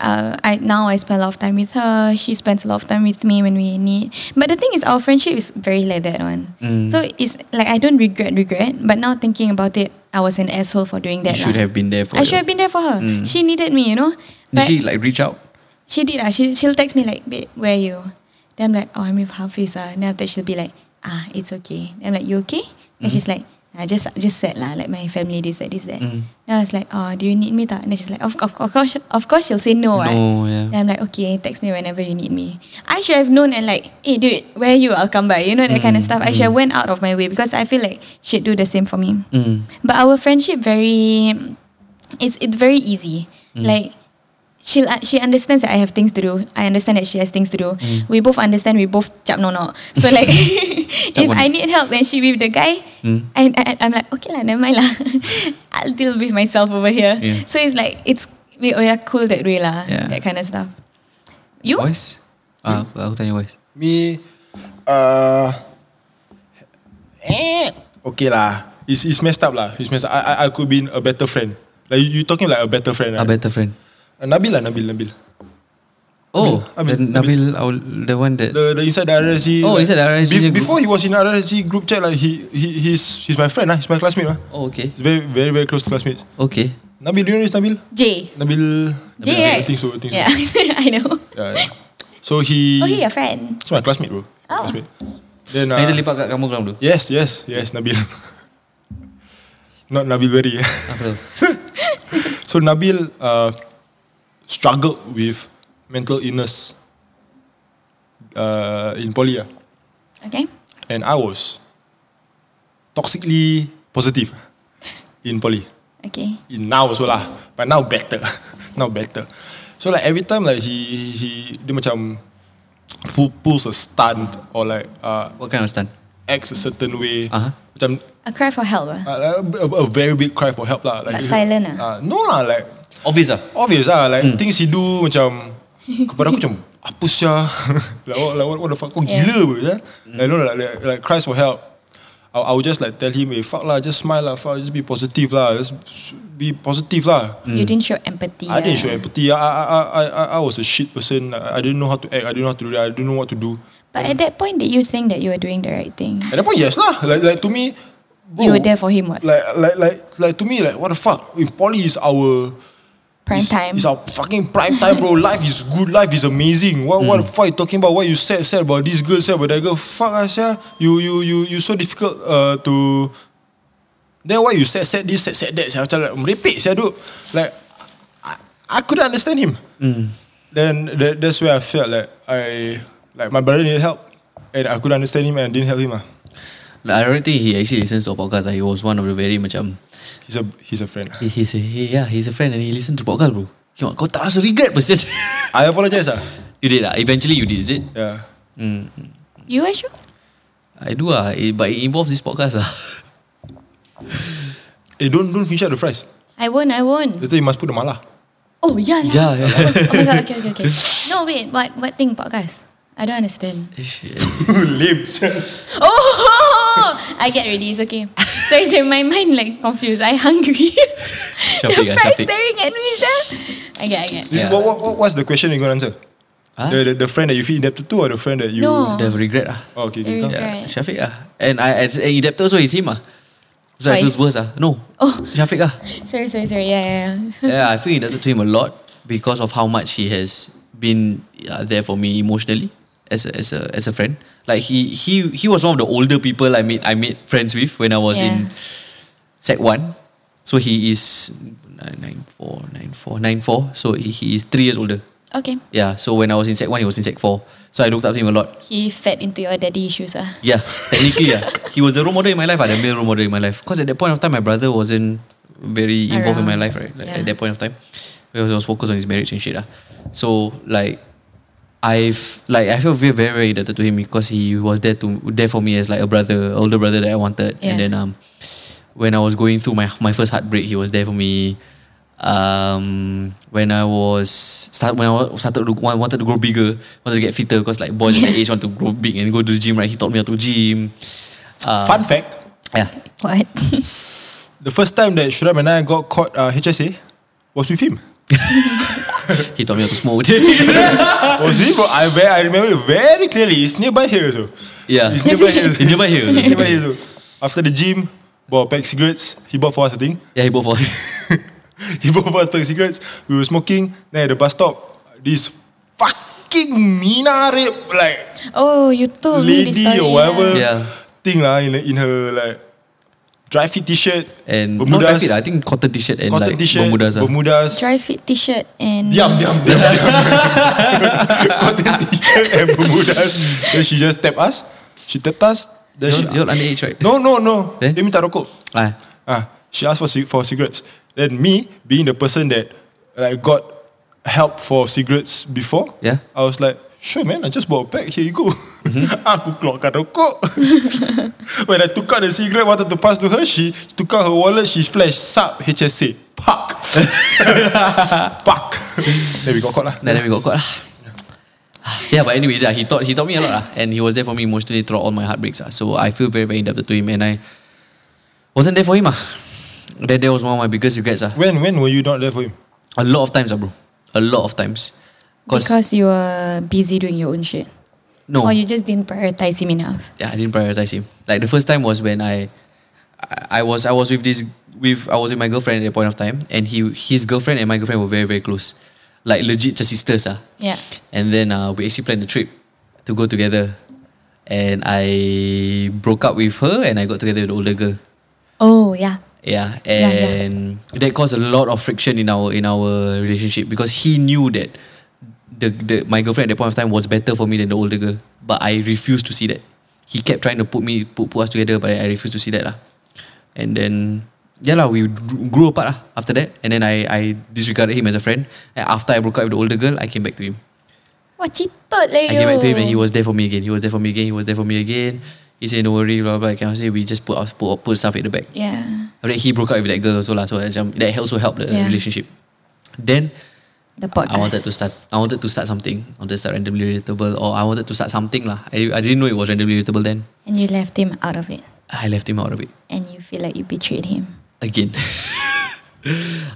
[SPEAKER 3] uh, I now I spend a lot of time with her. She spends a lot of time with me when we need. But the thing is, our friendship is very like that one.
[SPEAKER 2] Hmm.
[SPEAKER 3] So it's like I don't regret, regret. But now thinking about it, I was an asshole for doing
[SPEAKER 2] You
[SPEAKER 3] that.
[SPEAKER 2] should
[SPEAKER 3] lah.
[SPEAKER 2] have been Hmm. there for your-
[SPEAKER 3] I should have been there for her. She needed me, you know.
[SPEAKER 2] Did
[SPEAKER 3] But-
[SPEAKER 2] she like reach out
[SPEAKER 3] she did. Uh, she, she'll text me like, babe, where are you? Then I'm like, oh, I'm with Hafiz. Uh. And then after that she'll be like, ah, it's okay. Then I'm like, you okay? And she's like, I just just said lah, like my family this that this that. Then I was like, oh, do you need me? Ta? And then she's like, of, of, of course, of course, she'll say no. ah."
[SPEAKER 2] No, yeah.
[SPEAKER 3] Then I'm like, okay, text me whenever you need me. I should have known and like, hey, dude, where are you? I'll come by. You know that kind of stuff. I should have went out of my way because I feel like she'd do the same for me. But our friendship very, it's it's very easy.
[SPEAKER 2] Mm.
[SPEAKER 3] Like she uh, she understands that I have things to do. I understand that she has things to do.
[SPEAKER 2] Mm.
[SPEAKER 3] We both understand. We both chap no no. So like, if
[SPEAKER 2] one.
[SPEAKER 3] I need help and she with the guy,
[SPEAKER 2] Mm.
[SPEAKER 3] I, I I'm like okay lah, never mind lah. I'll deal with myself over here.
[SPEAKER 2] Yeah.
[SPEAKER 3] So it's like it's we, we are cool that way lah.
[SPEAKER 2] Yeah.
[SPEAKER 3] That kind of stuff. You
[SPEAKER 2] Wise? Ah, aku- aku tanya Wise.
[SPEAKER 1] Me, uh, eh, okay lah. It's, it's messed up lah. It's messed up. I, I, I could been a better friend. Like you, you talking like a better friend.
[SPEAKER 2] A
[SPEAKER 1] Right?
[SPEAKER 2] better friend.
[SPEAKER 1] Uh, Nabil lah, Nabil, Nabil.
[SPEAKER 2] Oh,
[SPEAKER 1] Nabil,
[SPEAKER 2] the Nabil, Aul, the one that.
[SPEAKER 1] The, the inside the RSG.
[SPEAKER 2] Oh, inside the RSG group.
[SPEAKER 1] before he was in RSG group chat, like he, he he's he's my friend lah. He's my classmate lah.
[SPEAKER 2] oh, okay.
[SPEAKER 1] He's very very very close classmates.
[SPEAKER 2] Okay.
[SPEAKER 1] Nabil, do you know this Nabil?
[SPEAKER 3] J.
[SPEAKER 1] Nabil. Nabil
[SPEAKER 3] J.
[SPEAKER 1] I
[SPEAKER 3] Right?
[SPEAKER 1] think so. I think so.
[SPEAKER 3] yeah, I know.
[SPEAKER 1] Yeah, yeah. So he.
[SPEAKER 3] Oh, he your friend.
[SPEAKER 1] He's my classmate, bro.
[SPEAKER 3] Oh.
[SPEAKER 1] Classmate. Then.
[SPEAKER 2] Nah. Kita
[SPEAKER 1] Uh,
[SPEAKER 2] lipat kat kamu kelam dulu.
[SPEAKER 1] yes, yes, yes, Nabil. Not Nabil Berry. eh.
[SPEAKER 2] Apa tu?
[SPEAKER 1] so Nabil uh, struggled with mental illness uh, in poly, ah.
[SPEAKER 3] Okay.
[SPEAKER 1] and I was toxically positive in poly.
[SPEAKER 3] Okay.
[SPEAKER 1] in now also lah, but now better, now better. So like every time like he he dia macam pull, pulls a stunt or like uh,
[SPEAKER 2] What kind of stunt?
[SPEAKER 1] acts a certain way.
[SPEAKER 2] Aha.
[SPEAKER 1] Macam
[SPEAKER 3] A cry for help. ah.
[SPEAKER 1] uh, a, a very big cry for help lah. Like
[SPEAKER 3] But silent ah?
[SPEAKER 1] Uh, no lah like
[SPEAKER 2] Obvious ah.
[SPEAKER 1] obvious lah like mm. things he do macam kepada aku macam apa sia like, what, like what, what the fuck kau
[SPEAKER 3] Yeah.
[SPEAKER 1] gila ke yeah? like, no, like, like, like cries for help I, I would just like tell him eh fuck lah just smile lah fuck just be positive lah just be positive lah
[SPEAKER 2] Mm.
[SPEAKER 3] You didn't show empathy.
[SPEAKER 1] I didn't
[SPEAKER 3] ah.
[SPEAKER 1] show empathy I, I, I, I, I- I was a shit person I, I didn't know how to act I didn't know how to do that I didn't know what to do
[SPEAKER 3] But at that point, did you think that you were doing the right thing?
[SPEAKER 1] at that point yes lah like, like to me bro,
[SPEAKER 3] You were there for him, what?
[SPEAKER 1] like, like, like, like to me like what the fuck in poly is our
[SPEAKER 3] Prime
[SPEAKER 1] it's,
[SPEAKER 3] time.
[SPEAKER 1] It's our fucking prime time, bro. Life is good. Life is amazing. What what the fuck you talking about? What you said said about this girl said about that girl? Fuck us, yeah. You you you you so difficult uh, to. Then why you said said this said said that? Saya macam like merepek saya duk. Like I, I couldn't understand him. Then that, that's where I felt like I like my brother needed help and I couldn't understand him and didn't help him. Ah,
[SPEAKER 2] Like, I don't think he actually listens to our podcast. ah. He was one of the very macam
[SPEAKER 1] he's a he's a friend.
[SPEAKER 2] he, he's a, he, yeah he's a friend and he listen to podcast bro. Kau, kau tak rasa regret person.
[SPEAKER 1] I apologize. Ah,
[SPEAKER 2] you did lah. Eventually you did is it?
[SPEAKER 1] yeah.
[SPEAKER 3] you were sure?
[SPEAKER 2] I do ah. It, but it involves this podcast ah.
[SPEAKER 1] Hey, don't don't finish up the fries.
[SPEAKER 3] I won't, I won't.
[SPEAKER 1] Later you must put the mala.
[SPEAKER 3] Oh, yeah.
[SPEAKER 2] Yeah,
[SPEAKER 3] yeah.
[SPEAKER 2] yeah.
[SPEAKER 3] oh, oh my god, okay, okay, okay. No, wait, what, what thing, podcast? I don't understand.
[SPEAKER 2] Eh, Shit.
[SPEAKER 1] Lame.
[SPEAKER 3] Oh, I get ready. It's okay. Sorry, sir, my mind like confused. I hungry.
[SPEAKER 2] Syafiq,
[SPEAKER 3] the
[SPEAKER 2] ah,
[SPEAKER 3] fries
[SPEAKER 2] Syafiq.
[SPEAKER 3] staring at me, sir. I get, I get.
[SPEAKER 2] Yeah.
[SPEAKER 1] What, what, what, what's the question you're going to answer?
[SPEAKER 2] Huh?
[SPEAKER 1] The, the, the friend that you feel indebted to or the friend that you...
[SPEAKER 3] No.
[SPEAKER 2] Dah regret ah.
[SPEAKER 1] Oh, okay. okay.
[SPEAKER 3] There you
[SPEAKER 1] come.
[SPEAKER 3] go.
[SPEAKER 2] Yeah,
[SPEAKER 3] Right.
[SPEAKER 2] Syafiq ah. And I and in depth also is him ah. So I feel worse
[SPEAKER 3] Twice.
[SPEAKER 2] ah. No.
[SPEAKER 3] Oh.
[SPEAKER 2] Syafiq ah.
[SPEAKER 3] Sorry, sorry, sorry. Yeah, yeah. yeah.
[SPEAKER 2] yeah, I feel indebted to him a lot because of how much he has been uh, there for me emotionally as a, as a as a friend. Like he he he was one of the older people I made I made friends with when I was in
[SPEAKER 3] Yeah.
[SPEAKER 2] sec one. So he is nine, nine four nine four nine four. So he, he is three years older.
[SPEAKER 3] Okay.
[SPEAKER 2] Yeah. So when I was in sec one, he was in sec four. So I looked up to him a lot.
[SPEAKER 3] He fed into your daddy issues, ah.
[SPEAKER 2] Yeah, technically, yeah. He was the role model in my life, ah, the male role model in my life. Because at that point of time, my brother wasn't very involved in my
[SPEAKER 3] Around.
[SPEAKER 2] life, right? Like, At
[SPEAKER 3] Yeah.
[SPEAKER 2] that point of time, because he was focused on his marriage and shit. Ah. So, like, I've like I feel very very very indebted to him because he was there to there for me as like a brother, older brother that I wanted. And
[SPEAKER 3] Yeah.
[SPEAKER 2] then um, when I was going through my my first heartbreak, he was there for me. Um, when I was start when I was, started to, wa- wanted to grow bigger, wanted to get fitter because like boys at my age want to grow big and go to the gym. Right, he taught me how to gym. Uh,
[SPEAKER 1] Fun fact,
[SPEAKER 2] Yeah,
[SPEAKER 3] What?
[SPEAKER 1] the first time that Shuram and I got caught uh, HSA was with him.
[SPEAKER 2] he taught me how to smoke.
[SPEAKER 1] was with him, bro. I, ve- I remember it very clearly. It's nearby here so.
[SPEAKER 2] yeah,
[SPEAKER 1] It's nearby here.
[SPEAKER 2] It's nearby here.
[SPEAKER 1] It's nearby here so. After the gym, bought a pack of cigarettes. He bought for us, I think.
[SPEAKER 2] Yeah, he both of us.
[SPEAKER 1] he bought for us a pack of cigarettes. We were smoking. Then at the bus stop, this fucking Mina rape, like...
[SPEAKER 3] Oh, you told me this
[SPEAKER 1] lady
[SPEAKER 3] story.
[SPEAKER 1] or whatever
[SPEAKER 2] Yeah.
[SPEAKER 1] thing lah in, in her like dry fit t-shirt
[SPEAKER 2] And not
[SPEAKER 1] Bermudas,
[SPEAKER 2] dry fit, I think cotton t-shirt and
[SPEAKER 1] cotton
[SPEAKER 2] like
[SPEAKER 1] t-shirt,
[SPEAKER 2] Bermudas. ah.
[SPEAKER 1] Bermudas.
[SPEAKER 3] Dry fit T-shirt and
[SPEAKER 1] Diam, diam, diam. diam. cotton t-shirt and Bermudas. Then she just tapped us. She tapped us. Then
[SPEAKER 2] You're,
[SPEAKER 1] she,
[SPEAKER 2] you're underage, right?
[SPEAKER 1] no, no, no.
[SPEAKER 2] Then?
[SPEAKER 1] Dia minta rokok.
[SPEAKER 2] Ah,
[SPEAKER 1] Ah, she asked for cig- for cigarettes. Then me, being the person that like got help for cigarettes before,
[SPEAKER 2] Yeah. Mm-hmm.
[SPEAKER 1] I was like, sure man, I just bought a pack. Here you go. Aku keluarkan rokok. When I took out the cigarette, wanted to pass to her, she took out her wallet, she flashed sub HSA. Fuck. Fuck. Then we got caught lah.
[SPEAKER 2] Nah, then we got caught. lah. yeah, but anyways, yeah, he taught he taught me a lot, lah, and he was there for me emotionally throughout all my heartbreaks. ah. So I feel very very indebted to him, and I wasn't there for him. Ah, that that was one of my biggest regrets. Ah,
[SPEAKER 1] When when were you not there for him?
[SPEAKER 2] a lot of times, ah, bro, a lot of times. Cause, Oh.
[SPEAKER 3] because you were busy doing your own shit,
[SPEAKER 2] no,
[SPEAKER 3] or you just didn't prioritize him enough.
[SPEAKER 2] yeah, I didn't prioritize him. Like the first time was when I, I, I was I was with this with I was with my girlfriend at that point of time, and he his girlfriend and my girlfriend were very very close, like legit just sisters. Ah,
[SPEAKER 3] Yeah.
[SPEAKER 2] And then uh, we actually planned a trip to go together. And I broke up with her and I got together with the older girl.
[SPEAKER 3] Oh yeah.
[SPEAKER 2] Yeah.
[SPEAKER 3] Yeah, yeah.
[SPEAKER 2] And that caused a lot of friction in our in our relationship because he knew that the, the my girlfriend at that point of time was better for me than the older girl. But I refused to see that. He kept trying to put me put, put us together, but I refused to see that. lah. And then yeah lah, we d- grew apart lah after that. And then I, I disregarded him as a friend. And after I broke up with the older girl, I came back to him.
[SPEAKER 3] Wah, cheated lah
[SPEAKER 2] I came back to him and he was there for me again. He was there for me again. He was there for me again. He said, no worry, blah, blah. I can say we just put, us- put, put stuff in the bag.
[SPEAKER 3] Yeah.
[SPEAKER 2] After that, he broke up with that girl also lah. So macam, that also helped the
[SPEAKER 3] Yeah.
[SPEAKER 2] relationship. Then,
[SPEAKER 3] The podcast.
[SPEAKER 2] I wanted to start. I wanted to start something. I wanted to start randomly relatable, or I wanted to start something lah. I, I didn't know it was randomly relatable then.
[SPEAKER 3] And you left him out of it.
[SPEAKER 2] I left him out of it
[SPEAKER 3] And you feel like you betrayed him.
[SPEAKER 2] again.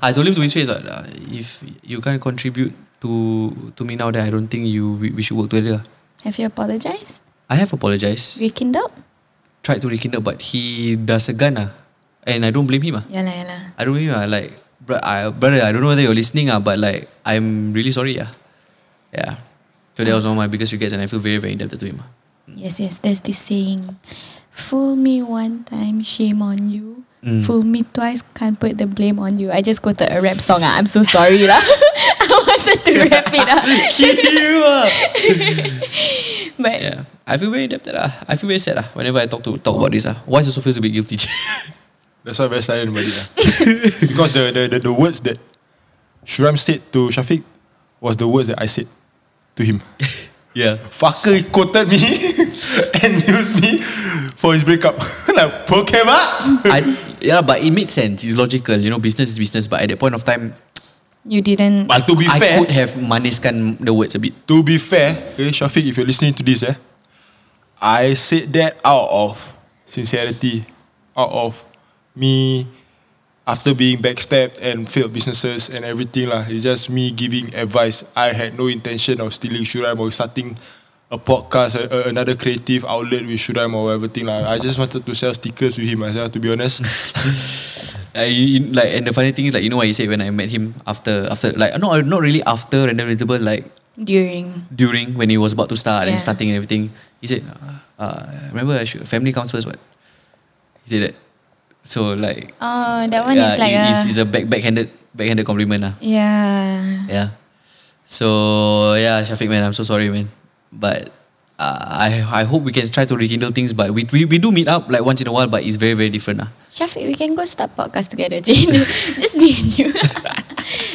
[SPEAKER 2] I told him to his face, "What, uh, if you can't contribute to to me now, then I don't think you we, we should work together.
[SPEAKER 3] Have you apologized?
[SPEAKER 2] I have apologized,
[SPEAKER 3] Rekindled?
[SPEAKER 2] tried to rekindle, but he does a gun ah, and I don't blame him ah.
[SPEAKER 3] Yalah, yalah.
[SPEAKER 2] I don't blame him ah. Like, bro, I, brother, I don't know whether you're listening ah, but like, I'm really sorry ah. Yeah. So that was one of my biggest regrets, and I feel very very indebted to him. ah.
[SPEAKER 3] Yes, yes. There's this saying, fool me one time, shame on you.
[SPEAKER 2] Mm.
[SPEAKER 3] Fool me twice, can't put the blame on you. I just quoted a rap song. Ah, I'm so sorry. lah. I wanted to rap it up.
[SPEAKER 2] you ah.
[SPEAKER 3] but
[SPEAKER 2] Yeah. I feel very indebted lah. I feel very sad lah whenever I talk to talk about this ah. Why also feels a bit guilty.
[SPEAKER 1] That's why I'm very silent about it. lah. because the, the, the, the words that Shuram said to Shafiq was the words that I said to him.
[SPEAKER 2] yeah.
[SPEAKER 1] Fucker he quoted me and used me for his breakup. like, Pokemon?
[SPEAKER 2] I, yeah, but it made sense. It's logical. You know, business is business. But at that point of time,
[SPEAKER 3] you didn't.
[SPEAKER 1] But to be
[SPEAKER 2] I
[SPEAKER 1] fair,
[SPEAKER 2] could have maniskan the words a bit.
[SPEAKER 1] to be fair, okay, Shafiq, if you're listening to this, eh, I said that out of sincerity, out of me after being backstabbed and failed businesses and everything lah. It's just me giving advice. I had no intention of stealing Shuraim or starting a podcast, a, a- another creative outlet with Shuraim or everything lah. I just wanted to sell stickers with him myself, to be honest.
[SPEAKER 2] I, Uh, you- like, and the funny thing is, like, you know what he said when I met him after after like not not really after random relatable like
[SPEAKER 3] During.
[SPEAKER 2] during when he was about to start and
[SPEAKER 3] Yeah.
[SPEAKER 2] starting and everything. He said, uh, "Remember, I should, family comes first, what?" He said that. So like,
[SPEAKER 3] Oh, that one
[SPEAKER 2] yeah,
[SPEAKER 3] is like
[SPEAKER 2] it-
[SPEAKER 3] a.
[SPEAKER 2] it's, it's a back backhanded backhanded compliment lah.
[SPEAKER 3] yeah.
[SPEAKER 2] Yeah. So yeah, Shafiq man, I'm so sorry man, but uh, I I hope we can try to rekindle things. But we, we we do meet up like once in a while, but it's very very different ah. lah.
[SPEAKER 3] Shafiq, we can go start podcast together. Jay. Just me and you.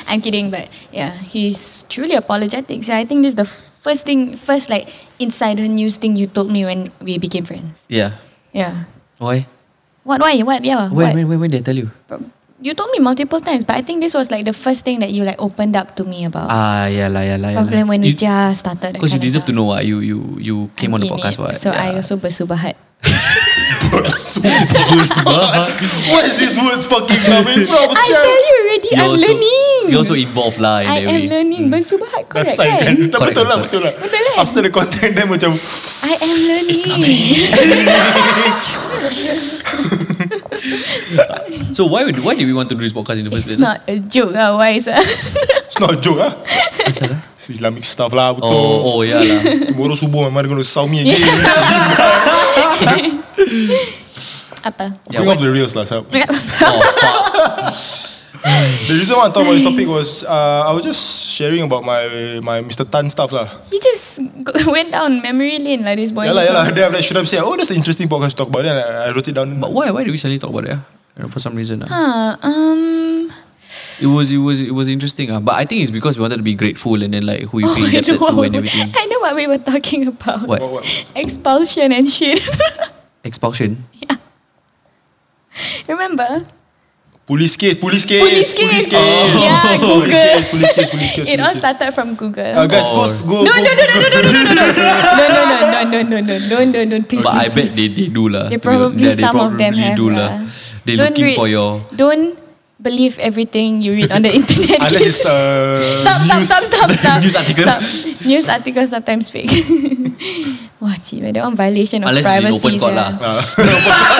[SPEAKER 3] I'm kidding, but yeah, he's truly apologetic. So I think this is the first thing, first like insider news thing you told me when we became friends.
[SPEAKER 2] Yeah.
[SPEAKER 3] Yeah.
[SPEAKER 2] Why?
[SPEAKER 3] What? Why? What? Yeah.
[SPEAKER 2] When
[SPEAKER 3] what?
[SPEAKER 2] when when when did I tell you?
[SPEAKER 3] You told me multiple times, but I think this was like the first thing that you like opened up to me about.
[SPEAKER 2] Ah yeah lah yeah lah. yeah
[SPEAKER 3] Probably
[SPEAKER 2] lah.
[SPEAKER 3] when we
[SPEAKER 2] you,
[SPEAKER 3] just started. that
[SPEAKER 2] Because you
[SPEAKER 3] kind of
[SPEAKER 2] deserve to
[SPEAKER 3] stuff.
[SPEAKER 2] know what you you you came
[SPEAKER 3] I'm
[SPEAKER 2] on the
[SPEAKER 3] in
[SPEAKER 2] podcast
[SPEAKER 3] it,
[SPEAKER 2] what.
[SPEAKER 3] So I
[SPEAKER 2] yeah.
[SPEAKER 3] also bersubahat.
[SPEAKER 1] what is these words fucking coming from?
[SPEAKER 3] I
[SPEAKER 1] sia?
[SPEAKER 3] tell you already,
[SPEAKER 2] You're
[SPEAKER 3] I'm
[SPEAKER 2] also-
[SPEAKER 3] learning.
[SPEAKER 2] You're also involved lah in
[SPEAKER 3] I
[SPEAKER 2] that
[SPEAKER 3] am
[SPEAKER 2] way.
[SPEAKER 3] learning bersubahat correct
[SPEAKER 1] Dasar
[SPEAKER 3] kan?
[SPEAKER 1] kan? Tak
[SPEAKER 2] Correct,
[SPEAKER 1] betul lah,
[SPEAKER 2] correct.
[SPEAKER 1] betul lah.
[SPEAKER 3] Betul kan?
[SPEAKER 1] After the content then macam
[SPEAKER 3] I am learning.
[SPEAKER 2] So why would why did we want to do this podcast in the first
[SPEAKER 3] It's
[SPEAKER 2] place?
[SPEAKER 3] not a joke lah, wise ah.
[SPEAKER 1] It's not a joke ah.
[SPEAKER 2] Asal lah?
[SPEAKER 1] It's Islamic stuff lah betul.
[SPEAKER 2] Oh oh yeah lah.
[SPEAKER 1] Tomorrow subuh my mother gonna saw me again.
[SPEAKER 3] Apa?
[SPEAKER 1] Going off the rails lah, Sab.
[SPEAKER 2] Oh fuck.
[SPEAKER 1] The reason why I thought about this topic was uh, I was just sharing about my my Mr. Tan stuff lah.
[SPEAKER 3] He just go- went down memory lane lah, this boy.
[SPEAKER 1] Yeah lah,
[SPEAKER 3] just
[SPEAKER 1] yeah lah.
[SPEAKER 3] now.
[SPEAKER 1] Then I'm like, should I say, oh, that's an interesting podcast to talk about. Then I, I wrote it down.
[SPEAKER 2] But why why did we suddenly talk about it? ah? I don't know, for some reason. ah.
[SPEAKER 3] Ah, um,
[SPEAKER 2] It was it was it was interesting, ah. But I think it's because we wanted to be grateful and then like who you
[SPEAKER 3] oh,
[SPEAKER 2] feel
[SPEAKER 3] I, know
[SPEAKER 2] indebted to
[SPEAKER 3] what,
[SPEAKER 2] and everything.
[SPEAKER 3] I know what we were talking about.
[SPEAKER 2] What?
[SPEAKER 1] What, what?
[SPEAKER 3] Expulsion and shit.
[SPEAKER 2] Expulsion.
[SPEAKER 3] Remember?
[SPEAKER 1] Police case, police case,
[SPEAKER 3] Police case. Oh. Yeah, Google.
[SPEAKER 1] Police case, police case, police case.
[SPEAKER 3] It all
[SPEAKER 1] police case.
[SPEAKER 3] started from Google.
[SPEAKER 1] Uh, guys, go,
[SPEAKER 2] Or-
[SPEAKER 1] go,
[SPEAKER 3] no,
[SPEAKER 1] go.
[SPEAKER 3] no, no, no, no, no, no, no, no, no, no, no, no, no, no, no, no, no, no, no, please,
[SPEAKER 2] But I bet
[SPEAKER 3] please, please.
[SPEAKER 2] they, they do lah.
[SPEAKER 3] They
[SPEAKER 2] to be hon-
[SPEAKER 3] probably
[SPEAKER 2] yeah,
[SPEAKER 3] some of them
[SPEAKER 2] probably
[SPEAKER 3] have
[SPEAKER 2] do
[SPEAKER 3] lah.
[SPEAKER 2] lah. They
[SPEAKER 3] Don't
[SPEAKER 2] looking
[SPEAKER 3] read-
[SPEAKER 2] for your.
[SPEAKER 3] Don't believe everything you read on the internet.
[SPEAKER 1] Unless it's uh,
[SPEAKER 3] stop, stop,
[SPEAKER 1] news.
[SPEAKER 3] stop, stop, stop.
[SPEAKER 2] News article.
[SPEAKER 3] Stop. News article sometimes fake. Wah, cik, man, that one violation of
[SPEAKER 2] Unless it's in
[SPEAKER 3] privacy.
[SPEAKER 2] open court
[SPEAKER 3] sia.
[SPEAKER 2] lah.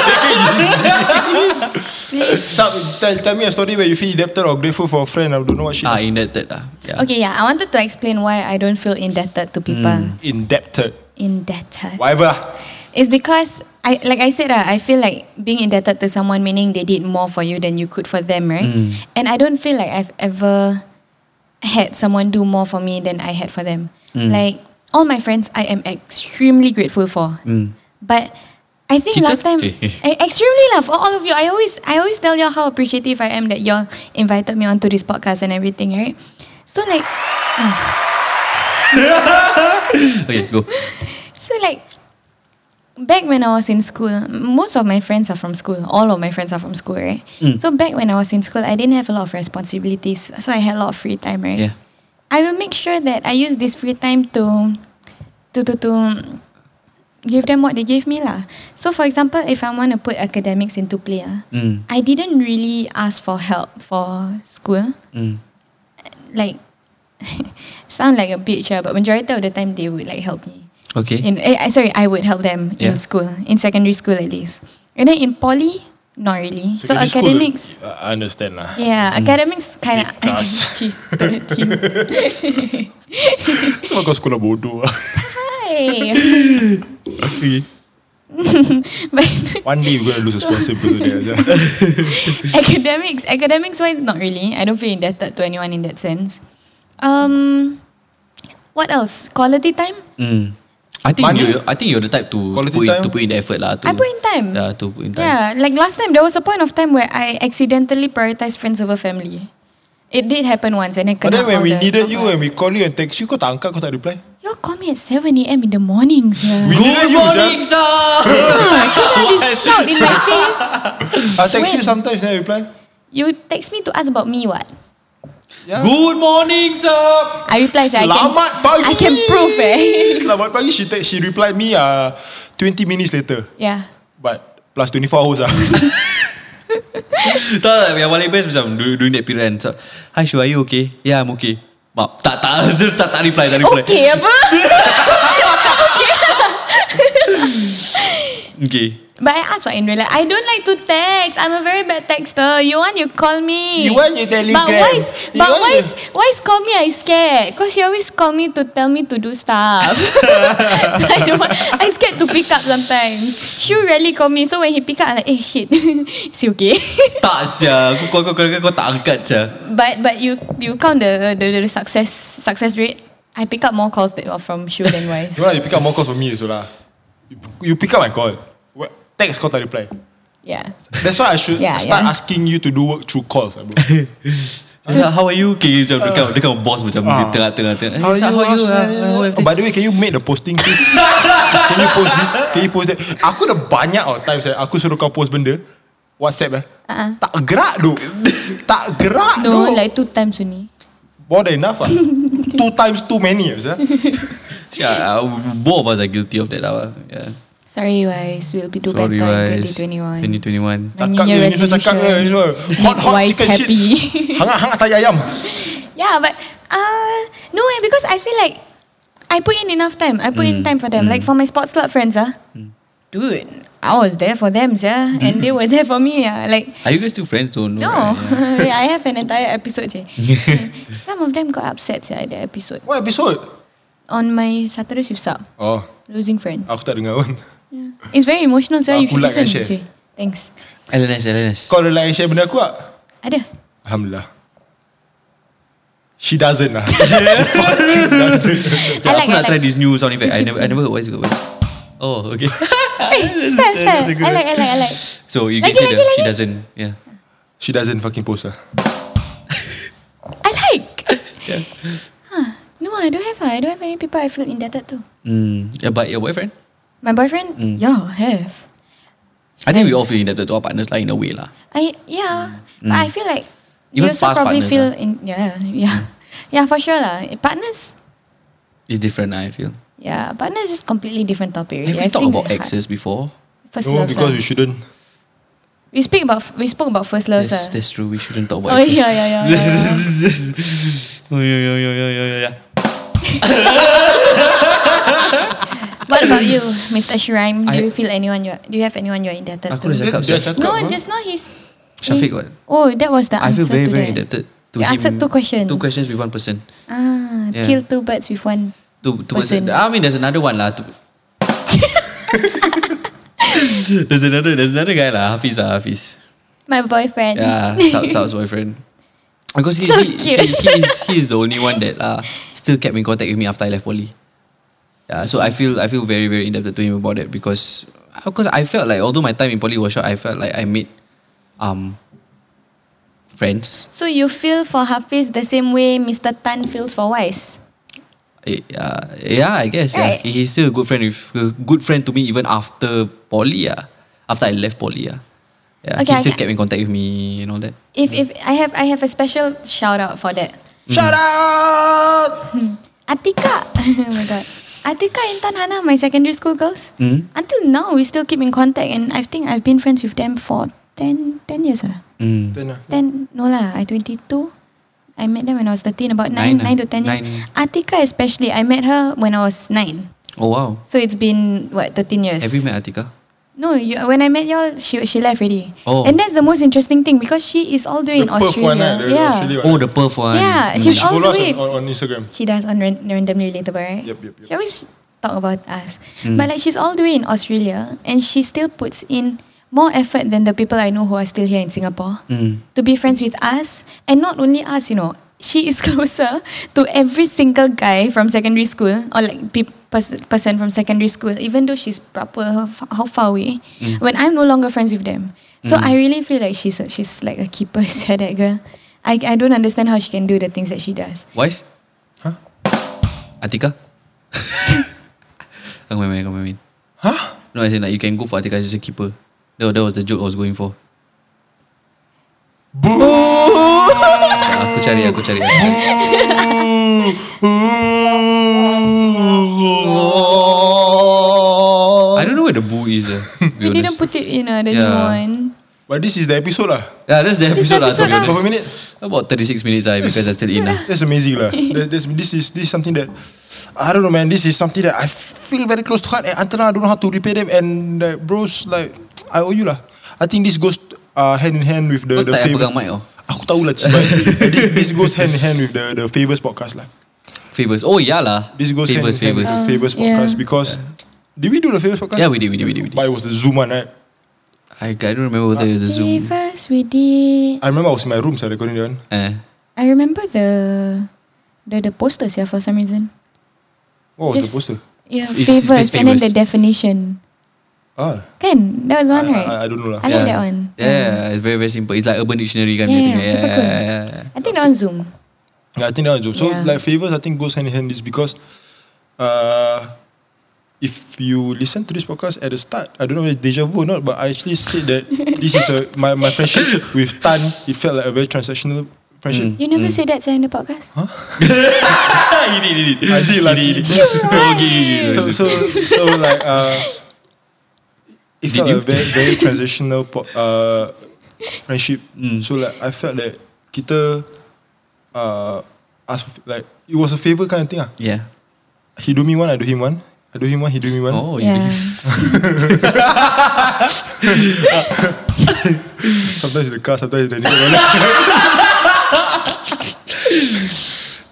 [SPEAKER 1] Sab, tell, tell me a story where you feel indebted or grateful for a friend. I don't know what shit.
[SPEAKER 2] Ah, indebted lah. Yeah.
[SPEAKER 3] Okay, yeah, I wanted to explain why I don't feel indebted to people.
[SPEAKER 1] Indebted.
[SPEAKER 2] Hmm.
[SPEAKER 3] Indebted.
[SPEAKER 1] Whatever lah.
[SPEAKER 3] It's because I like I said uh, I feel like being indebted to someone meaning they did more for you than you could for them, right? And I don't feel like I've ever had someone do more for me than I had for them. Like all my friends I am extremely grateful for. But I think
[SPEAKER 2] Kita
[SPEAKER 3] last time
[SPEAKER 2] sek-
[SPEAKER 3] eh, extremely lah for all of you. I always I always tell y'all how appreciative I am that y'all invited me onto this podcast and everything, right? So like
[SPEAKER 2] Okay, go.
[SPEAKER 3] so like back when I was in school, most of my friends are from school. All of my friends are from school, right?
[SPEAKER 2] Mm.
[SPEAKER 3] So back when I was in school, I didn't have a lot of responsibilities, so I had a lot of free time, right?
[SPEAKER 2] Yeah.
[SPEAKER 3] I will make sure that I use this free time to to to to give them what they gave me lah. So for example, if I want to put academics into play, ah,
[SPEAKER 2] Mm.
[SPEAKER 3] I didn't really ask for help for school.
[SPEAKER 2] Mm.
[SPEAKER 3] Like sound like a bitch, ah, but majority of the time they would like help me.
[SPEAKER 2] Okay.
[SPEAKER 3] In eh, I- sorry, I would help them in
[SPEAKER 2] Yeah.
[SPEAKER 3] school, in secondary school at least. And then in poly, not really. So
[SPEAKER 1] Secondary school, Mm.
[SPEAKER 3] academics.
[SPEAKER 1] I I understand lah.
[SPEAKER 3] Yeah, academics kind of.
[SPEAKER 1] Because. Sebab kau sekolah bodoh.
[SPEAKER 3] Hi. but
[SPEAKER 1] One day we're gonna lose a sponsor because of that. yeah.
[SPEAKER 3] academics academics wise not really i don't feel indebted to anyone in that sense um what else quality time
[SPEAKER 2] Mm. I think
[SPEAKER 1] Money.
[SPEAKER 2] you I think you're the type to
[SPEAKER 1] Quality
[SPEAKER 2] put in,
[SPEAKER 1] time.
[SPEAKER 2] to put in the effort lah. To,
[SPEAKER 3] I put in time.
[SPEAKER 2] Yeah, to put in time.
[SPEAKER 3] yeah like last time there was a point of time where i accidentally prioritized friends over family it did happen once and I
[SPEAKER 1] But then
[SPEAKER 3] kena
[SPEAKER 1] when
[SPEAKER 3] all
[SPEAKER 1] we
[SPEAKER 3] the-
[SPEAKER 1] needed you and we call you and text you, kau tak angkat, kau tak reply.
[SPEAKER 3] Y'all call me at 7 a.m. in the morning. Yeah.
[SPEAKER 1] We needed you, sia.
[SPEAKER 2] sir.
[SPEAKER 3] you shout in my face.
[SPEAKER 1] I text you
[SPEAKER 3] When?
[SPEAKER 1] sometimes, then I reply.
[SPEAKER 3] You text me to ask about me, what?
[SPEAKER 1] Yeah.
[SPEAKER 2] Good morning, sir.
[SPEAKER 3] I reply that I can,
[SPEAKER 1] Selamat pagi.
[SPEAKER 3] I can prove, eh.
[SPEAKER 1] Selamat pagi. She text, she replied me uh, 20 minutes later.
[SPEAKER 3] Yeah.
[SPEAKER 1] But plus 24 hours ah.
[SPEAKER 2] Tahu tak yang paling best macam du- during that period kan, so, Hi Shu, are you okay? Yeah, I'm okay. Maaf, tak tak tak tak, tak reply, tak reply.
[SPEAKER 3] Okay, apa?
[SPEAKER 2] Okay.
[SPEAKER 3] But I asked what in real life. I don't like to text. I'm a very bad texter. You want you call me.
[SPEAKER 1] You want you telegram.
[SPEAKER 3] But why? Is,
[SPEAKER 1] You
[SPEAKER 3] but
[SPEAKER 1] want
[SPEAKER 3] why?
[SPEAKER 1] you-
[SPEAKER 3] Is, why is call me? I scared. Cause you always call me to tell me to do stuff. So I don't. Want, I scared to pick up sometimes. Shu rarely call me. So when he pick up, I'm like, eh shit, is he okay?
[SPEAKER 2] Tak sia, aku kau kau kau, kau tak angkat sia.
[SPEAKER 3] but but you you count the the, the success success rate. I pick up more calls that are from Shu than Wise.
[SPEAKER 1] you, know, you pick up more calls from me, so lah. You, you pick up my call. What- Text kau tak reply.
[SPEAKER 3] Yeah.
[SPEAKER 1] That's why I should
[SPEAKER 3] Yeah,
[SPEAKER 1] start
[SPEAKER 3] yeah.
[SPEAKER 1] asking you to do work through calls. ah, bro.
[SPEAKER 2] Macam, how are you? Okay, macam dekat dekat boss macam dia tengah-tengah tengah. How, how are you? Ah, how are
[SPEAKER 1] Oh, by the way, can you make the posting please? can you post this? Can you post that? Aku dah banyak oh, times eh, aku suruh kau post benda. WhatsApp eh.
[SPEAKER 3] Uh-uh.
[SPEAKER 1] Tak gerak duk. tak gerak
[SPEAKER 3] No,
[SPEAKER 1] duk.
[SPEAKER 3] like two times only.
[SPEAKER 1] More than enough ah. Two times too many ah. sia.
[SPEAKER 2] Yeah, uh, both of us are guilty of that. lah. Yeah.
[SPEAKER 3] Sorry, Wise. We'll be do
[SPEAKER 2] Sorry,
[SPEAKER 3] better
[SPEAKER 2] guys.
[SPEAKER 3] in
[SPEAKER 2] 2021.
[SPEAKER 3] 2021. My
[SPEAKER 1] Cakap
[SPEAKER 3] New
[SPEAKER 1] je,
[SPEAKER 3] Year
[SPEAKER 1] ni semua cakap je. ni
[SPEAKER 3] resolution.
[SPEAKER 1] semua. Hot
[SPEAKER 3] Make
[SPEAKER 1] hot
[SPEAKER 3] wise
[SPEAKER 1] chicken
[SPEAKER 3] happy.
[SPEAKER 1] shit. Hangat-hangat tai ayam.
[SPEAKER 3] Yeah, but uh, no way because I feel like I put in enough time. I put in time for them. Like for my sports club friends, ah, dude, I was there for them, yeah, and they were there for me, yeah. Like
[SPEAKER 2] Are you guys still friends? Oh, Don't know.
[SPEAKER 3] no,
[SPEAKER 2] right?
[SPEAKER 3] I have an entire episode. Yeah. Some of them got upset, yeah, at the episode
[SPEAKER 1] What episode?
[SPEAKER 3] on my Saturday shift sub,
[SPEAKER 1] Oh,
[SPEAKER 3] losing friends.
[SPEAKER 1] aku tak dengar pun.
[SPEAKER 3] It's very emotional,
[SPEAKER 2] Ah,
[SPEAKER 3] so you
[SPEAKER 1] Aku
[SPEAKER 3] should
[SPEAKER 1] like
[SPEAKER 3] listen.
[SPEAKER 1] and share.
[SPEAKER 3] Jay. Thanks.
[SPEAKER 2] LNS, LNS.
[SPEAKER 1] Kau ada like share benda aku tak?
[SPEAKER 3] Ada.
[SPEAKER 1] Alhamdulillah. She doesn't lah. She fucking doesn't.
[SPEAKER 2] Yeah, aku
[SPEAKER 3] I like. I
[SPEAKER 2] nak try
[SPEAKER 3] like.
[SPEAKER 2] this new sound effect. I never, I never heard what is it called. Oh, okay.
[SPEAKER 3] Hey, stand, stand.
[SPEAKER 2] That's a good
[SPEAKER 3] Eh, I like. I like. I like.
[SPEAKER 2] so you can
[SPEAKER 3] Lagi,
[SPEAKER 2] see
[SPEAKER 3] lagi,
[SPEAKER 2] that
[SPEAKER 3] lagi.
[SPEAKER 2] she doesn't. Yeah.
[SPEAKER 1] She doesn't fucking post lah.
[SPEAKER 3] I like.
[SPEAKER 2] Yeah.
[SPEAKER 3] Huh. No, I don't have. ah. I don't have any people I feel indebted to.
[SPEAKER 2] Mm. yeah but your boyfriend?
[SPEAKER 3] My boyfriend,
[SPEAKER 2] Mm.
[SPEAKER 3] yeah, have.
[SPEAKER 2] I think we all feel indebted to our partners lah in a way lah.
[SPEAKER 3] I yeah, but I feel like you
[SPEAKER 2] Mm. Even
[SPEAKER 3] also
[SPEAKER 2] past
[SPEAKER 3] probably
[SPEAKER 2] partners,
[SPEAKER 3] feel
[SPEAKER 2] ah.
[SPEAKER 3] in yeah yeah yeah for sure lah. Partners,
[SPEAKER 2] It's different lah, I feel.
[SPEAKER 3] yeah, partners is completely different topic.
[SPEAKER 2] Have we
[SPEAKER 3] Really. I
[SPEAKER 2] talked
[SPEAKER 3] think
[SPEAKER 2] about
[SPEAKER 3] ha-
[SPEAKER 2] exes before?
[SPEAKER 3] First
[SPEAKER 1] No,
[SPEAKER 2] Oh,
[SPEAKER 3] love.
[SPEAKER 1] because you shouldn't.
[SPEAKER 3] we speak about we spoke about first love.
[SPEAKER 2] That's,
[SPEAKER 3] ah.
[SPEAKER 2] that's true. We shouldn't talk about
[SPEAKER 3] Oh,
[SPEAKER 2] exes.
[SPEAKER 3] yeah, yeah, yeah, yeah,
[SPEAKER 2] oh, yeah, yeah, yeah, yeah, yeah, yeah.
[SPEAKER 3] What about you, Mr. Shiraim? Do
[SPEAKER 2] I-
[SPEAKER 3] you feel anyone you are, do you have anyone you're indebted
[SPEAKER 2] Aku dah
[SPEAKER 3] to?
[SPEAKER 2] cakap
[SPEAKER 1] Dia- dia
[SPEAKER 2] Syafiq.
[SPEAKER 1] cakap
[SPEAKER 3] No,
[SPEAKER 1] apa?
[SPEAKER 3] just now he's
[SPEAKER 2] Syafiq
[SPEAKER 3] he-
[SPEAKER 2] what?
[SPEAKER 3] Oh, that was the
[SPEAKER 2] I
[SPEAKER 3] answer
[SPEAKER 2] feel very,
[SPEAKER 3] to
[SPEAKER 2] very
[SPEAKER 3] that.
[SPEAKER 2] indebted to
[SPEAKER 3] You
[SPEAKER 2] him.
[SPEAKER 3] answered two questions.
[SPEAKER 2] Two questions with one person.
[SPEAKER 3] Ah,
[SPEAKER 2] Yeah.
[SPEAKER 3] kill two birds with one.
[SPEAKER 2] Two, two person.
[SPEAKER 3] Person.
[SPEAKER 2] I mean, there's another one lah. to- there's another, there's another guy lah. Hafiz lah, Hafiz.
[SPEAKER 3] My boyfriend.
[SPEAKER 2] Yeah, Sal, Sal's boyfriend. Because he,
[SPEAKER 3] So
[SPEAKER 2] he, he,
[SPEAKER 3] cute.
[SPEAKER 2] he, is, he is the only one that uh, still kept in contact with me after I left poly. Yeah, so I feel I feel very very indebted to him about that because because I felt like although my time in poly was short, I felt like I made um friends.
[SPEAKER 3] So you feel for Hafiz the same way Mr. Tan feels for Wise.
[SPEAKER 2] Eh, Uh, yeah, I guess.
[SPEAKER 3] Right.
[SPEAKER 2] Yeah, he's still a good friend. With, he's a good friend to me even after poly. Yeah, after I left poly. Yeah, yeah.
[SPEAKER 3] Okay,
[SPEAKER 2] he
[SPEAKER 3] I
[SPEAKER 2] still
[SPEAKER 3] ca-
[SPEAKER 2] kept in contact with me and all that.
[SPEAKER 3] If if I have I have a special shout out for that.
[SPEAKER 1] Shout out!
[SPEAKER 3] Atika. oh my god. Atika and Tan Hana, my secondary school girls.
[SPEAKER 2] Mm.
[SPEAKER 3] Until now we still keep in contact and I think I've been friends with them for 10, 10 years. ah.
[SPEAKER 2] Mm.
[SPEAKER 1] Then, uh,
[SPEAKER 3] 10 no lah, I 22. I met them when I was 13, about 9,
[SPEAKER 2] Nine,
[SPEAKER 3] 9,
[SPEAKER 2] ah.
[SPEAKER 3] to 10 years.
[SPEAKER 2] Nine.
[SPEAKER 3] Atika especially, I met her when I was 9.
[SPEAKER 2] Oh wow.
[SPEAKER 3] So it's been, what, 13 years?
[SPEAKER 2] Have you met Atika?
[SPEAKER 3] No, you, when I met y'all, she she left already.
[SPEAKER 2] Oh.
[SPEAKER 3] And that's the most interesting thing because she is all the way in
[SPEAKER 1] the Perth
[SPEAKER 3] Australia.
[SPEAKER 1] one, eh, the
[SPEAKER 3] yeah.
[SPEAKER 1] Australia one.
[SPEAKER 2] Oh, the Perth one.
[SPEAKER 3] Yeah,
[SPEAKER 2] Mm.
[SPEAKER 3] she's
[SPEAKER 1] she
[SPEAKER 3] all
[SPEAKER 1] follow us
[SPEAKER 3] the way.
[SPEAKER 1] on, on, on Instagram.
[SPEAKER 3] She does on ran- randomly relatable, right?
[SPEAKER 1] Yep, yep, yep.
[SPEAKER 3] She always talk about us. But like she's all the way in Australia and she still puts in more effort than the people I know who are still here in Singapore
[SPEAKER 2] Mm.
[SPEAKER 3] to be friends with us and not only us, you know. She is closer to every single guy from secondary school or like pe- pers- person from secondary school, even though she's proper how, fa- how far away. When I'm no longer friends with them, so I really feel like she's a, she's like a keeper. Said that girl. I, I don't understand how she can do the things that she does.
[SPEAKER 2] Wise?
[SPEAKER 1] Huh?
[SPEAKER 2] Atika? Oh, kau main main, kau main main.
[SPEAKER 1] Huh?
[SPEAKER 2] No, I said like you can go for Atika as a keeper. That, that was the joke I was going for. aku cari, aku cari. Aku cari. I don't know where the boo is. Uh,
[SPEAKER 3] We didn't put it in uh, the new
[SPEAKER 2] Yeah.
[SPEAKER 3] one.
[SPEAKER 1] But this is the episode lah.
[SPEAKER 2] yeah, that's the
[SPEAKER 3] This
[SPEAKER 2] episode, lah, to
[SPEAKER 3] episode
[SPEAKER 2] be
[SPEAKER 3] lah.
[SPEAKER 1] Berapa
[SPEAKER 2] honest.
[SPEAKER 1] minit?
[SPEAKER 2] About 36 minutes lah, because I still in ah. lah.
[SPEAKER 1] That's amazing lah. That- that's- this is this is something that I don't know, man. This is something that I feel very close to heart, and until now I don't know how to repay them. And like, bros, like I owe you lah. I think this goes uh, hand in hand with the
[SPEAKER 2] Kau
[SPEAKER 1] the
[SPEAKER 2] tak payah
[SPEAKER 1] favours.
[SPEAKER 2] pegang mic oh.
[SPEAKER 1] Aku tahu lah cibai. this this goes hand in hand with the the favors podcast lah.
[SPEAKER 2] Favors. Oh, yeah lah.
[SPEAKER 1] This goes
[SPEAKER 2] favors,
[SPEAKER 1] hand in
[SPEAKER 2] favors.
[SPEAKER 1] hand with the favors
[SPEAKER 3] Oh, yeah.
[SPEAKER 1] podcast because did we do the favors podcast?
[SPEAKER 2] Yeah, we did, we did, we did. We did.
[SPEAKER 1] But it was the Zoom one, right?
[SPEAKER 2] I, I don't remember whether it was the Zoom.
[SPEAKER 3] Favors we did.
[SPEAKER 1] I remember I was in my room, so I recording that one.
[SPEAKER 2] Eh.
[SPEAKER 3] I remember the the the posters yeah for some reason.
[SPEAKER 1] What was
[SPEAKER 3] Just-
[SPEAKER 1] Oh, the poster?
[SPEAKER 3] Yeah,
[SPEAKER 2] It's- it's
[SPEAKER 3] favors and then
[SPEAKER 2] favors.
[SPEAKER 3] the definition.
[SPEAKER 1] Ah,
[SPEAKER 3] Can that was the
[SPEAKER 1] I,
[SPEAKER 3] one right?
[SPEAKER 1] I, I don't know lah.
[SPEAKER 3] I like that one. Um,
[SPEAKER 2] Yeah, yeah, it's very very simple. It's like urban dictionary kind
[SPEAKER 3] Yeah,
[SPEAKER 2] of thing.
[SPEAKER 3] yeah, super cool. I think that on Zoom.
[SPEAKER 1] Yeah, I think that was joke. So
[SPEAKER 3] Yeah.
[SPEAKER 1] like favors, I think goes hand in hand is because, uh, if you listen to this podcast at the start, I don't know if it's deja vu or not, but I actually said that this is a my, my friendship with Tan. It felt like a very transactional friendship.
[SPEAKER 2] Mm.
[SPEAKER 3] You never say that sir, in the podcast.
[SPEAKER 2] he did, he did.
[SPEAKER 1] I did like it.
[SPEAKER 2] okay.
[SPEAKER 1] So so so like uh, it
[SPEAKER 2] Did
[SPEAKER 1] felt
[SPEAKER 2] you?
[SPEAKER 1] like a very very transitional po- uh friendship. Mm, So like I felt that kita uh ask like it was a favor kind of thing ah.
[SPEAKER 2] yeah.
[SPEAKER 1] He do me one, I do him one. I do him one, he do me one.
[SPEAKER 2] Oh, you
[SPEAKER 3] yeah.
[SPEAKER 2] did.
[SPEAKER 1] Sometimes it's the car, sometimes it's the neighbor.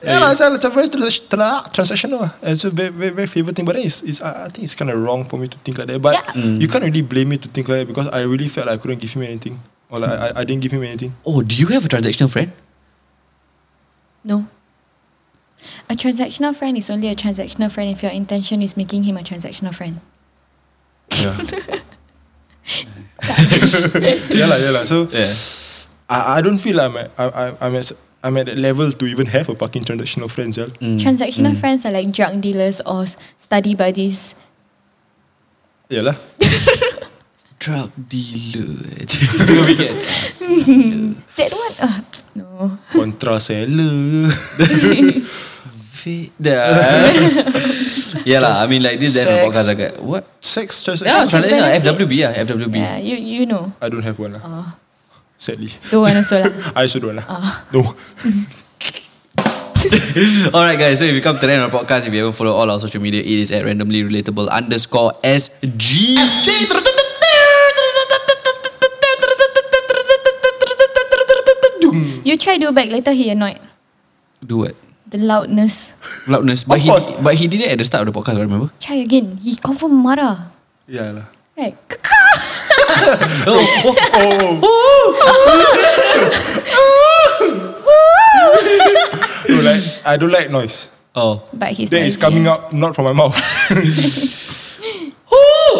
[SPEAKER 1] Yeah, lah, so it's a very trans- tra- transactional. lah. It's a very, very, very favorite thing. But then it's, it's, ah, I I think it's kind of wrong for me to think like that. But
[SPEAKER 3] Yeah.
[SPEAKER 1] you can't really blame me to think like that because I really felt like I couldn't give him anything. Or like I, I didn't give him anything.
[SPEAKER 2] Oh, do you have a transactional friend?
[SPEAKER 3] No. A transactional friend is only a transactional friend if your intention is making him a transactional friend.
[SPEAKER 1] Yeah. yeah, lah, yeah, lah. So I, I don't feel like I'm at, I, I, I'm, at, I'm at that level to even have a fucking transactional friend, yeah.
[SPEAKER 2] Mm.
[SPEAKER 3] Transactional friends are like drug dealers or s- study buddies.
[SPEAKER 1] Yeah, lah.
[SPEAKER 2] Drug dealer. Tengok fikir.
[SPEAKER 3] That one, uh, no.
[SPEAKER 1] Contra seller.
[SPEAKER 2] Fit dah. yeah lah. I mean like this. Then
[SPEAKER 1] Sex.
[SPEAKER 2] podcast like what?
[SPEAKER 1] Sex
[SPEAKER 2] Yeah,
[SPEAKER 1] transactional.
[SPEAKER 2] transactional.
[SPEAKER 3] benefit.
[SPEAKER 2] FWB yeah, FWB.
[SPEAKER 3] Yeah, you you know.
[SPEAKER 1] I don't have one lah.
[SPEAKER 3] Ah.
[SPEAKER 1] Sadly.
[SPEAKER 3] The one also lah.
[SPEAKER 1] I should one lah.
[SPEAKER 3] Ah.
[SPEAKER 1] No.
[SPEAKER 2] Alright guys, so if you come to the end of the podcast, if you haven't followed all our social media, it is at randomly relatable underscore SG.
[SPEAKER 3] You try do back later. He annoyed
[SPEAKER 2] Do it.
[SPEAKER 3] the loudness.
[SPEAKER 2] Loudness. But
[SPEAKER 1] Of
[SPEAKER 2] he
[SPEAKER 1] course.
[SPEAKER 2] but he did it at the start of the podcast, I remember.
[SPEAKER 3] Try again. He confirm marah. Eh,
[SPEAKER 1] Yeah lah.
[SPEAKER 3] Right.
[SPEAKER 2] Oh, oh,
[SPEAKER 1] No, like, I don't like noise.
[SPEAKER 2] oh.
[SPEAKER 3] But he's
[SPEAKER 1] That
[SPEAKER 3] noisy.
[SPEAKER 1] is coming out not from my mouth.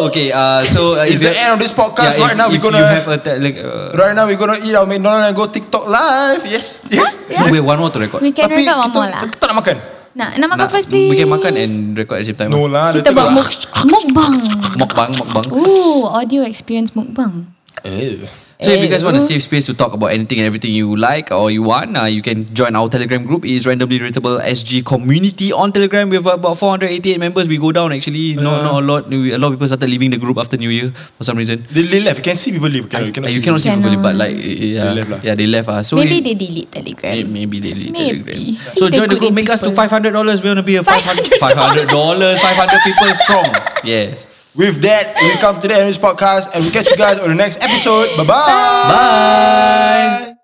[SPEAKER 2] Okay, uh, so uh,
[SPEAKER 1] It's
[SPEAKER 2] if you
[SPEAKER 1] the end of this podcast.
[SPEAKER 2] if-
[SPEAKER 1] Right now, we
[SPEAKER 2] if
[SPEAKER 1] gonna-
[SPEAKER 2] you have a te- like uh,
[SPEAKER 1] Right now, we're gonna eat our McDonald's and go TikTok live. Yes, yes.
[SPEAKER 2] wait one more to record.
[SPEAKER 3] We can
[SPEAKER 1] Tapi
[SPEAKER 3] record one
[SPEAKER 1] kita,
[SPEAKER 3] more lah.
[SPEAKER 1] kita tak nak makan.
[SPEAKER 3] Nak, nak makan
[SPEAKER 2] Nak-
[SPEAKER 3] first please.
[SPEAKER 2] We can makan and record at the same time.
[SPEAKER 1] No lah.
[SPEAKER 3] Kita
[SPEAKER 1] later
[SPEAKER 3] buat
[SPEAKER 1] lah.
[SPEAKER 3] muk, mukbang.
[SPEAKER 2] Mukbang, mukbang.
[SPEAKER 3] Ooh, audio experience mukbang.
[SPEAKER 1] Eh.
[SPEAKER 2] So if you
[SPEAKER 3] Eh,
[SPEAKER 2] guys want a
[SPEAKER 3] ooh.
[SPEAKER 2] safe space to talk about anything and everything you like or you want, uh, you can join our Telegram group. It is randomly readable SG community on Telegram. We have about 488 members. We go down actually. No,
[SPEAKER 1] Yeah.
[SPEAKER 2] not a lot. We- A lot of people started leaving the group after New Year for some reason.
[SPEAKER 1] They, they left. You can see people leave.
[SPEAKER 2] I-
[SPEAKER 1] Cannot, you cannot
[SPEAKER 2] you
[SPEAKER 1] see.
[SPEAKER 2] cannot see people,
[SPEAKER 3] Cannot.
[SPEAKER 2] but like eh,
[SPEAKER 1] They
[SPEAKER 2] yeah,
[SPEAKER 1] left lah.
[SPEAKER 2] yeah, they left. Uh. so
[SPEAKER 3] Maybe
[SPEAKER 2] if-
[SPEAKER 3] they delete Telegram.
[SPEAKER 2] May- Maybe they delete Telegram.
[SPEAKER 3] Maybe. See
[SPEAKER 2] So
[SPEAKER 3] the
[SPEAKER 2] join the
[SPEAKER 3] good
[SPEAKER 2] group,
[SPEAKER 3] in
[SPEAKER 2] make us to
[SPEAKER 3] people.
[SPEAKER 2] five hundred dollars. We want to be a five hundred dollars, five hundred people strong. Yes.
[SPEAKER 1] With that, we come to the end of this podcast and we catch you guys on the next episode. Bye-bye.
[SPEAKER 2] Bye.
[SPEAKER 1] Bye.